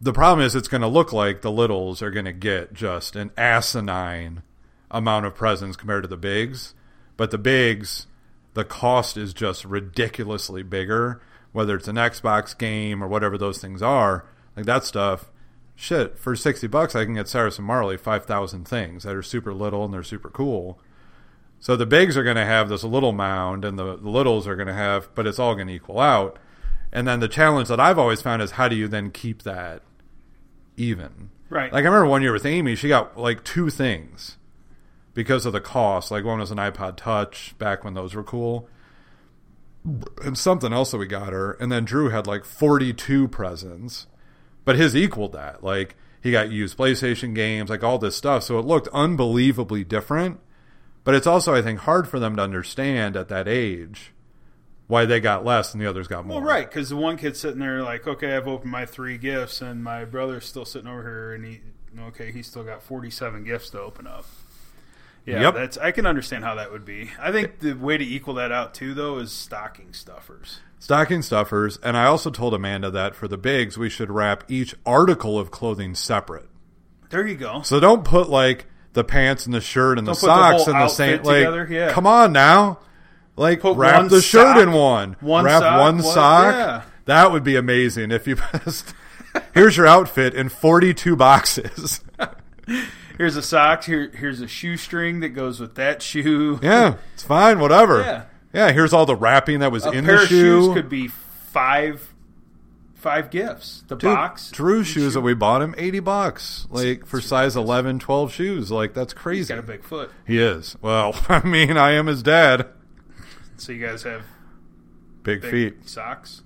Speaker 1: The problem is, it's going to look like the littles are going to get just an asinine amount of presents compared to the bigs. But the bigs, the cost is just ridiculously bigger, whether it's an Xbox game or whatever those things are. Like that stuff, shit, for 60 bucks, I can get Cyrus and Marley 5,000 things that are super little and they're super cool. So the bigs are going to have this little mound and the, the littles are going to have, but it's all going to equal out. And then the challenge that I've always found is how do you then keep that even?
Speaker 2: Right.
Speaker 1: Like I remember one year with Amy, she got like two things because of the cost. Like one was an iPod Touch back when those were cool, and something else that we got her. And then Drew had like forty-two presents, But his equaled that. Like he got used PlayStation games, like all this stuff. So it looked unbelievably different. But it's also, I think, hard for them to understand at that age why they got less and the others got more.
Speaker 2: Well, right, because the one kid's sitting there like, okay, I've opened my three gifts, and my brother's still sitting over here, and he, okay, he's still got forty-seven gifts to open up. Yeah,
Speaker 1: Yep.
Speaker 2: that's. I can understand how that would be. I think the way to equal that out too, though, is stocking stuffers.
Speaker 1: Stocking stuffers. And I also told Amanda that for the bigs, we should wrap each article of clothing separate.
Speaker 2: There you go.
Speaker 1: So don't put like the pants and the shirt and the
Speaker 2: Don't put the whole
Speaker 1: socks and the same
Speaker 2: outfit
Speaker 1: like.
Speaker 2: together, yeah.
Speaker 1: Come on now, like
Speaker 2: Put
Speaker 1: wrap
Speaker 2: one
Speaker 1: the shirt
Speaker 2: sock,
Speaker 1: in one,
Speaker 2: one
Speaker 1: wrap
Speaker 2: sock,
Speaker 1: one
Speaker 2: one-
Speaker 1: sock.
Speaker 2: yeah.
Speaker 1: That would be amazing if you passed. Here's your outfit in 42 boxes.
Speaker 2: Here's a sock. Here, here's a shoestring that goes with that shoe.
Speaker 1: yeah, it's fine. Whatever.
Speaker 2: Yeah.
Speaker 1: Yeah, here's all the wrapping that was
Speaker 2: a
Speaker 1: in
Speaker 2: pair
Speaker 1: the
Speaker 2: of shoes
Speaker 1: shoe.
Speaker 2: could be five, five gifts. The
Speaker 1: Dude,
Speaker 2: box.
Speaker 1: Drew
Speaker 2: each
Speaker 1: shoes that
Speaker 2: shoe.
Speaker 1: we bought him, 80 bucks. Like for size 11, 12 shoes. Like that's crazy.
Speaker 2: He's got a big foot,
Speaker 1: He is. Well, I mean, I am his dad.
Speaker 2: so you guys have
Speaker 1: Big,
Speaker 2: big
Speaker 1: feet.
Speaker 2: socks.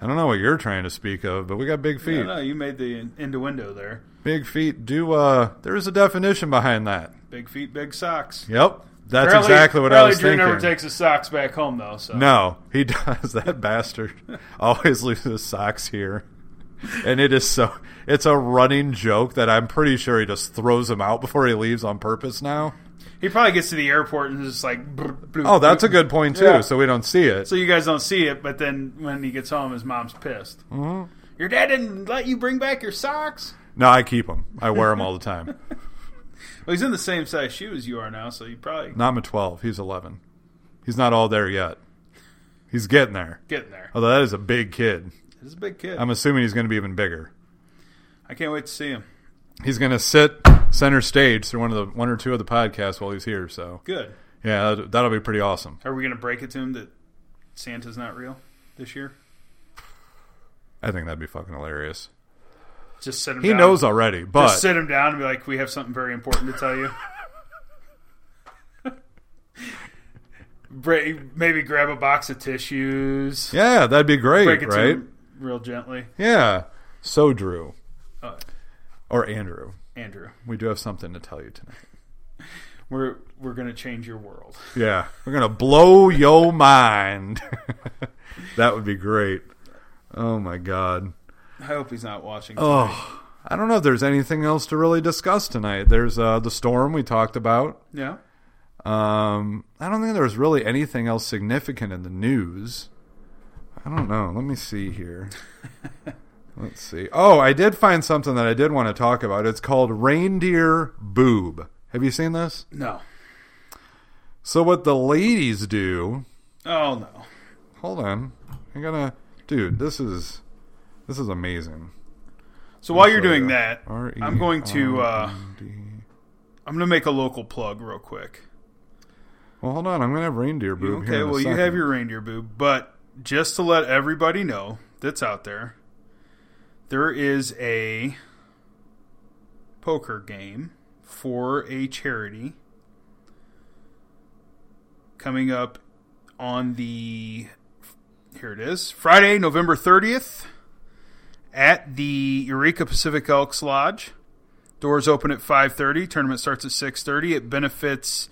Speaker 1: I don't know what you're trying to speak of, but we got big
Speaker 2: No,
Speaker 1: feet.
Speaker 2: no, you made the innuendo there.
Speaker 1: Big feet do uh there is a definition behind that.
Speaker 2: Big feet, big socks.
Speaker 1: Yep. That's
Speaker 2: Apparently-
Speaker 1: exactly what I
Speaker 2: apparently
Speaker 1: was
Speaker 2: Drew
Speaker 1: thinking.
Speaker 2: never takes his socks back home though. So
Speaker 1: no, he does. That bastard always leaves his socks here. And it is so it's a running joke that I'm pretty sure he just throws them out before he leaves on purpose now.
Speaker 2: he probably gets to the airport and is just like. brr, bloop,
Speaker 1: Oh, that's a
Speaker 2: bloop.
Speaker 1: good point too,
Speaker 2: Yeah.
Speaker 1: so we don't see it.
Speaker 2: So you guys don't see it, but then when he gets home, his mom's pissed.
Speaker 1: Mhm.
Speaker 2: Your dad didn't let you bring back your socks.
Speaker 1: No, I keep them. I wear them all the time.
Speaker 2: Well, he's in the same size shoe as you are now, so you probably
Speaker 1: Not I'm a 12, he's 11. He's not all there yet. He's getting there.
Speaker 2: getting there.
Speaker 1: Although that is a big kid.
Speaker 2: He's a big kid.
Speaker 1: Oh. I'm assuming he's going to be even bigger.
Speaker 2: I can't wait to see him.
Speaker 1: He's going to sit center stage through one of the one or two of the podcasts while he's here. So
Speaker 2: Good.
Speaker 1: yeah, that- that'll be pretty awesome.
Speaker 2: Are we going to break it to him that Santa's not real this year?
Speaker 1: I think that'd be fucking hilarious.
Speaker 2: Just sit him.
Speaker 1: He
Speaker 2: down.
Speaker 1: knows already, but
Speaker 2: Just sit him down and be like, "We have something very important to tell you." Bra- Maybe grab a box of tissues.
Speaker 1: yeah, that'd be great,
Speaker 2: break it to
Speaker 1: right?
Speaker 2: him real gently.
Speaker 1: Yeah. So Drew
Speaker 2: Uh,
Speaker 1: or Andrew,
Speaker 2: Andrew,
Speaker 1: we do have something to tell you tonight.
Speaker 2: we're we're gonna change your world.
Speaker 1: Yeah, we're gonna blow your mind. that would be great. Oh my god.
Speaker 2: I hope he's not watching.
Speaker 1: Oh, I don't know if there's anything else to really discuss tonight. There's uh, the storm we talked about.
Speaker 2: Yeah.
Speaker 1: Um, I don't think there was really anything else significant in the news. I don't know. Let me see here. Let's see. Oh, I did find something that I did want to talk about. It's called Reindeer Boob. Have you seen this?
Speaker 2: No.
Speaker 1: So, what the ladies do.
Speaker 2: Oh no.
Speaker 1: Hold on. I gotta. Dude, this is. This is amazing.
Speaker 2: So while you're doing that,
Speaker 1: R E
Speaker 2: I'm going to uh,
Speaker 1: N D.
Speaker 2: I'm gonna make a local plug real quick.
Speaker 1: Well, hold on. I'm gonna have reindeer boob. here
Speaker 2: Okay,
Speaker 1: in a
Speaker 2: well, you
Speaker 1: second.
Speaker 2: have your reindeer boob, but just to let everybody know that's out there, there is a poker game for a charity coming up on the here it is Friday, November 30th at the Eureka Pacific Elks Lodge. Doors open at 5:30, tournament starts at 6:30. It benefits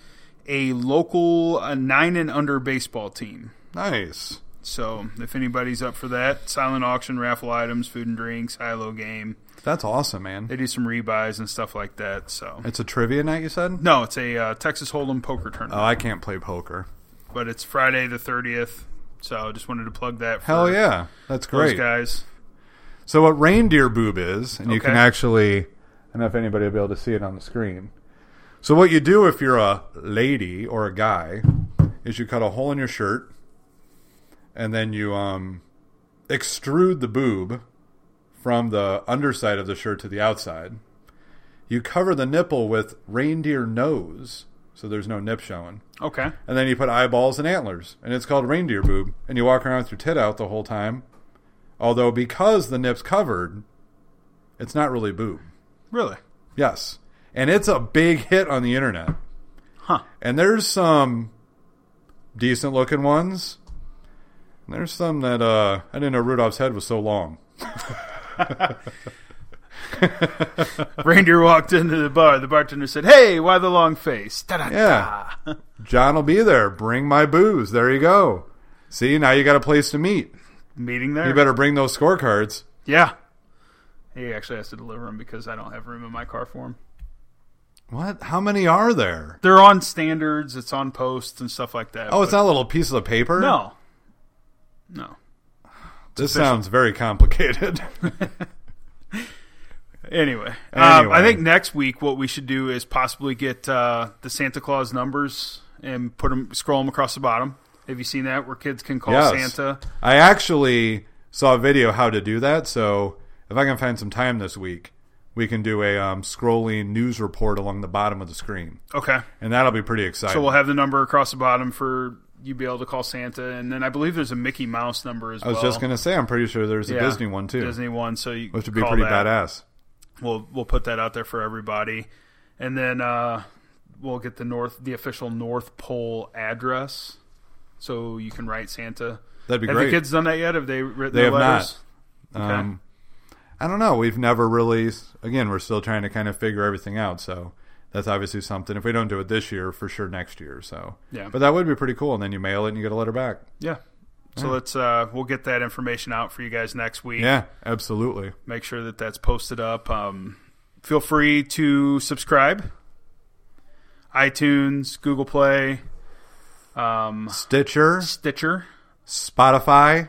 Speaker 2: a local uh, 9 and under baseball team.
Speaker 1: Nice.
Speaker 2: So, if anybody's up for that, silent auction, raffle items, food and drinks, high-low game.
Speaker 1: That's awesome, man.
Speaker 2: They do some rebuys and stuff like that. So,
Speaker 1: It's a trivia night, you said?
Speaker 2: no, it's a uh, Texas Hold'em poker
Speaker 1: Oh,
Speaker 2: tournament,
Speaker 1: I can't play poker.
Speaker 2: but it's Friday the 30th. So, I just wanted to plug that for
Speaker 1: Hell yeah. That's
Speaker 2: those
Speaker 1: great.
Speaker 2: guys.
Speaker 1: So, what reindeer boob is, and you
Speaker 2: Okay.
Speaker 1: can actually, I don't know if anybody will be able to see it on the screen. So, what you do if you're a lady or a guy is you cut a hole in your shirt and then you um, extrude the boob from the underside of the shirt to the outside. You cover the nipple with reindeer nose, so there's no nip showing.
Speaker 2: Okay.
Speaker 1: and then you put eyeballs and antlers, and it's called reindeer boob, and you walk around with your tit out the whole time. Although because the nip's covered, it's not really boob.
Speaker 2: Really?
Speaker 1: Yes, and it's a big hit on the internet.
Speaker 2: Huh.
Speaker 1: And there's some decent looking ones. And there's some that uh, I didn't know Rudolph's head was so long.
Speaker 2: Reindeer walked into the bar. The bartender said, "Hey, why the long face?" Da-da-da.
Speaker 1: Yeah. John will be there. Bring my booze. There you go. See, now you got a place to meet.
Speaker 2: Meeting there.
Speaker 1: You better bring those scorecards.
Speaker 2: Yeah. He actually has to deliver them because I don't have room in my car for them.
Speaker 1: What? How many are there?
Speaker 2: They're on standards. It's on posts and stuff like that.
Speaker 1: Oh, it's
Speaker 2: but-
Speaker 1: not a little piece of paper?
Speaker 2: No. No.
Speaker 1: This sounds very complicated.
Speaker 2: Anyway, Um,
Speaker 1: Anyway.
Speaker 2: I think next week what we should do is possibly get uh, the Santa Claus numbers and put them, scroll them across the bottom. Have you seen that where kids can call
Speaker 1: Yes.
Speaker 2: Santa?
Speaker 1: I actually saw a video how to do that. So if I can find some time this week, we can do a um, scrolling news report along the bottom of the screen.
Speaker 2: Okay,
Speaker 1: And that'll be pretty exciting.
Speaker 2: so we'll have the number across the bottom for you be able to call Santa, and then I believe there's a Mickey Mouse number as
Speaker 1: I
Speaker 2: well.
Speaker 1: was just going to say, I'm pretty sure there's a
Speaker 2: Yeah,
Speaker 1: Disney one too,
Speaker 2: Disney one, so you
Speaker 1: which would be
Speaker 2: call
Speaker 1: pretty
Speaker 2: that.
Speaker 1: badass.
Speaker 2: We'll we'll put that out there for everybody, and then uh, we'll get the north the official North Pole address, so you can write Santa.
Speaker 1: That'd be
Speaker 2: Have
Speaker 1: great.
Speaker 2: the kids done that yet? Have they written
Speaker 1: They
Speaker 2: their
Speaker 1: have not.
Speaker 2: letters? okay.
Speaker 1: Um, I don't know. We've never really, again, we're still trying to kind of figure everything out. So that's obviously something. If we don't do it this year, for sure next year. So,
Speaker 2: Yeah.
Speaker 1: But that would be pretty cool. And then you mail it and you get a letter back.
Speaker 2: Yeah. So let's uh, we'll get that information out for you guys next week.
Speaker 1: Yeah, absolutely.
Speaker 2: Make sure that that's posted up. Um, feel free to subscribe. iTunes, Google Play, um,
Speaker 1: Stitcher,
Speaker 2: Stitcher.
Speaker 1: Spotify,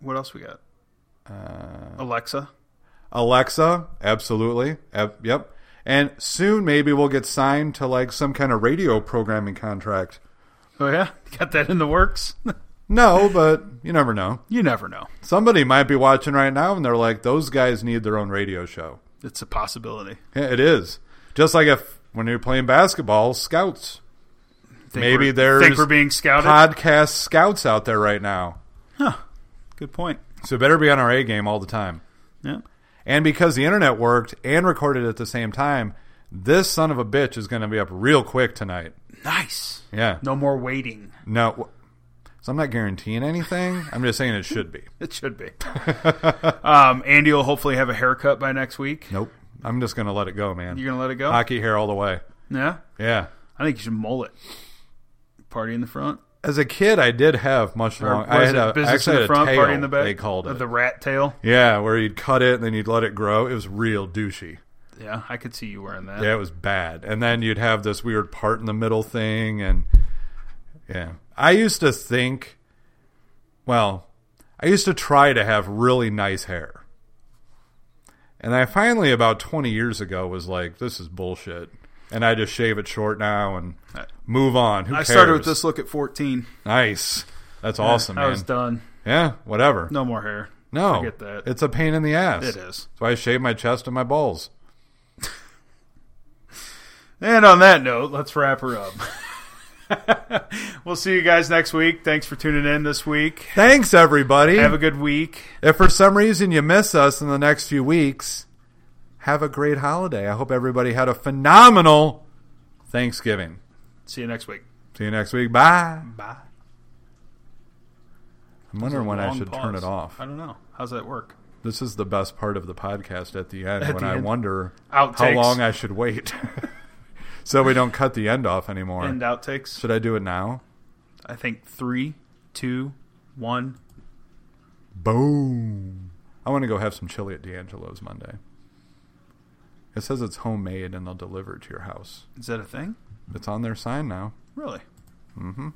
Speaker 2: What else we got?
Speaker 1: Uh,
Speaker 2: Alexa.
Speaker 1: Alexa, absolutely. Ab- yep. And soon maybe we'll get signed to like some kind of radio programming contract.
Speaker 2: Oh yeah, got that in the works.
Speaker 1: No, but you never know.
Speaker 2: you never know.
Speaker 1: Somebody might be watching right now and they're like, those guys need their own radio show.
Speaker 2: It's a possibility.
Speaker 1: Yeah, it is. Just like if when you're playing basketball, scouts.
Speaker 2: Think
Speaker 1: Maybe
Speaker 2: we're-
Speaker 1: there's
Speaker 2: think we're being scouted.
Speaker 1: Podcast scouts out there right now.
Speaker 2: Huh. Good point.
Speaker 1: So better be on our A game all the time.
Speaker 2: Yeah.
Speaker 1: And because the internet worked and recorded at the same time, this son of a bitch is going to be up real quick tonight.
Speaker 2: Nice.
Speaker 1: Yeah.
Speaker 2: No more waiting.
Speaker 1: No. w- So I'm not guaranteeing anything. I'm just saying it should be.
Speaker 2: It should be. um, Andy will hopefully have a haircut by next week.
Speaker 1: Nope. I'm just going to let it go, man.
Speaker 2: You're gonna let it go?
Speaker 1: Hockey hair all the way.
Speaker 2: yeah.
Speaker 1: Yeah.
Speaker 2: I think you should mullet. Party in the front.
Speaker 1: As a kid, I did have much
Speaker 2: Or
Speaker 1: long.
Speaker 2: what
Speaker 1: I
Speaker 2: is
Speaker 1: had
Speaker 2: it?
Speaker 1: a,
Speaker 2: business
Speaker 1: actually
Speaker 2: in
Speaker 1: had
Speaker 2: the
Speaker 1: a
Speaker 2: front,
Speaker 1: tail,
Speaker 2: party in the back.
Speaker 1: They called it.
Speaker 2: the rat tail.
Speaker 1: yeah, where you'd cut it and then you'd let it grow. It was real douchey.
Speaker 2: Yeah, I could see you wearing that.
Speaker 1: Yeah, it was bad. And then you'd have this weird part in the middle thing, and yeah, I used to think, well, I used to try to have really nice hair, and I finally, about twenty years ago, was like, this is bullshit, and I just shave it short now and move on. Who
Speaker 2: I started
Speaker 1: cares?
Speaker 2: with this look at 14.
Speaker 1: Nice, that's awesome,
Speaker 2: I was
Speaker 1: man.
Speaker 2: done.
Speaker 1: Yeah, whatever.
Speaker 2: No more hair.
Speaker 1: No,
Speaker 2: forget that.
Speaker 1: it's a pain in the ass.
Speaker 2: It is.
Speaker 1: So I shave my chest and my balls.
Speaker 2: And on that note, let's wrap her up. we'll see you guys next week. Thanks for tuning in this week.
Speaker 1: Thanks, everybody.
Speaker 2: Have a good week.
Speaker 1: If for some reason you miss us in the next few weeks, have a great holiday. I hope everybody had a phenomenal Thanksgiving.
Speaker 2: See you next week.
Speaker 1: See you next week. Bye.
Speaker 2: Bye.
Speaker 1: I'm wondering when I
Speaker 2: Long
Speaker 1: should turn
Speaker 2: pause.
Speaker 1: it off.
Speaker 2: I don't know. How's that work?
Speaker 1: This is the best part of the podcast at the end
Speaker 2: At
Speaker 1: when
Speaker 2: the
Speaker 1: I
Speaker 2: end.
Speaker 1: wonder how
Speaker 2: Outtakes.
Speaker 1: long I should wait so we don't cut the end off anymore.
Speaker 2: End outtakes.
Speaker 1: should I do it now?
Speaker 2: I think three, two, one.
Speaker 1: Boom. I want to go have some chili at D'Angelo's Monday. It says it's homemade and they'll deliver it to your house.
Speaker 2: Is that a thing?
Speaker 1: It's on their sign now.
Speaker 2: Really?
Speaker 1: Mm hmm.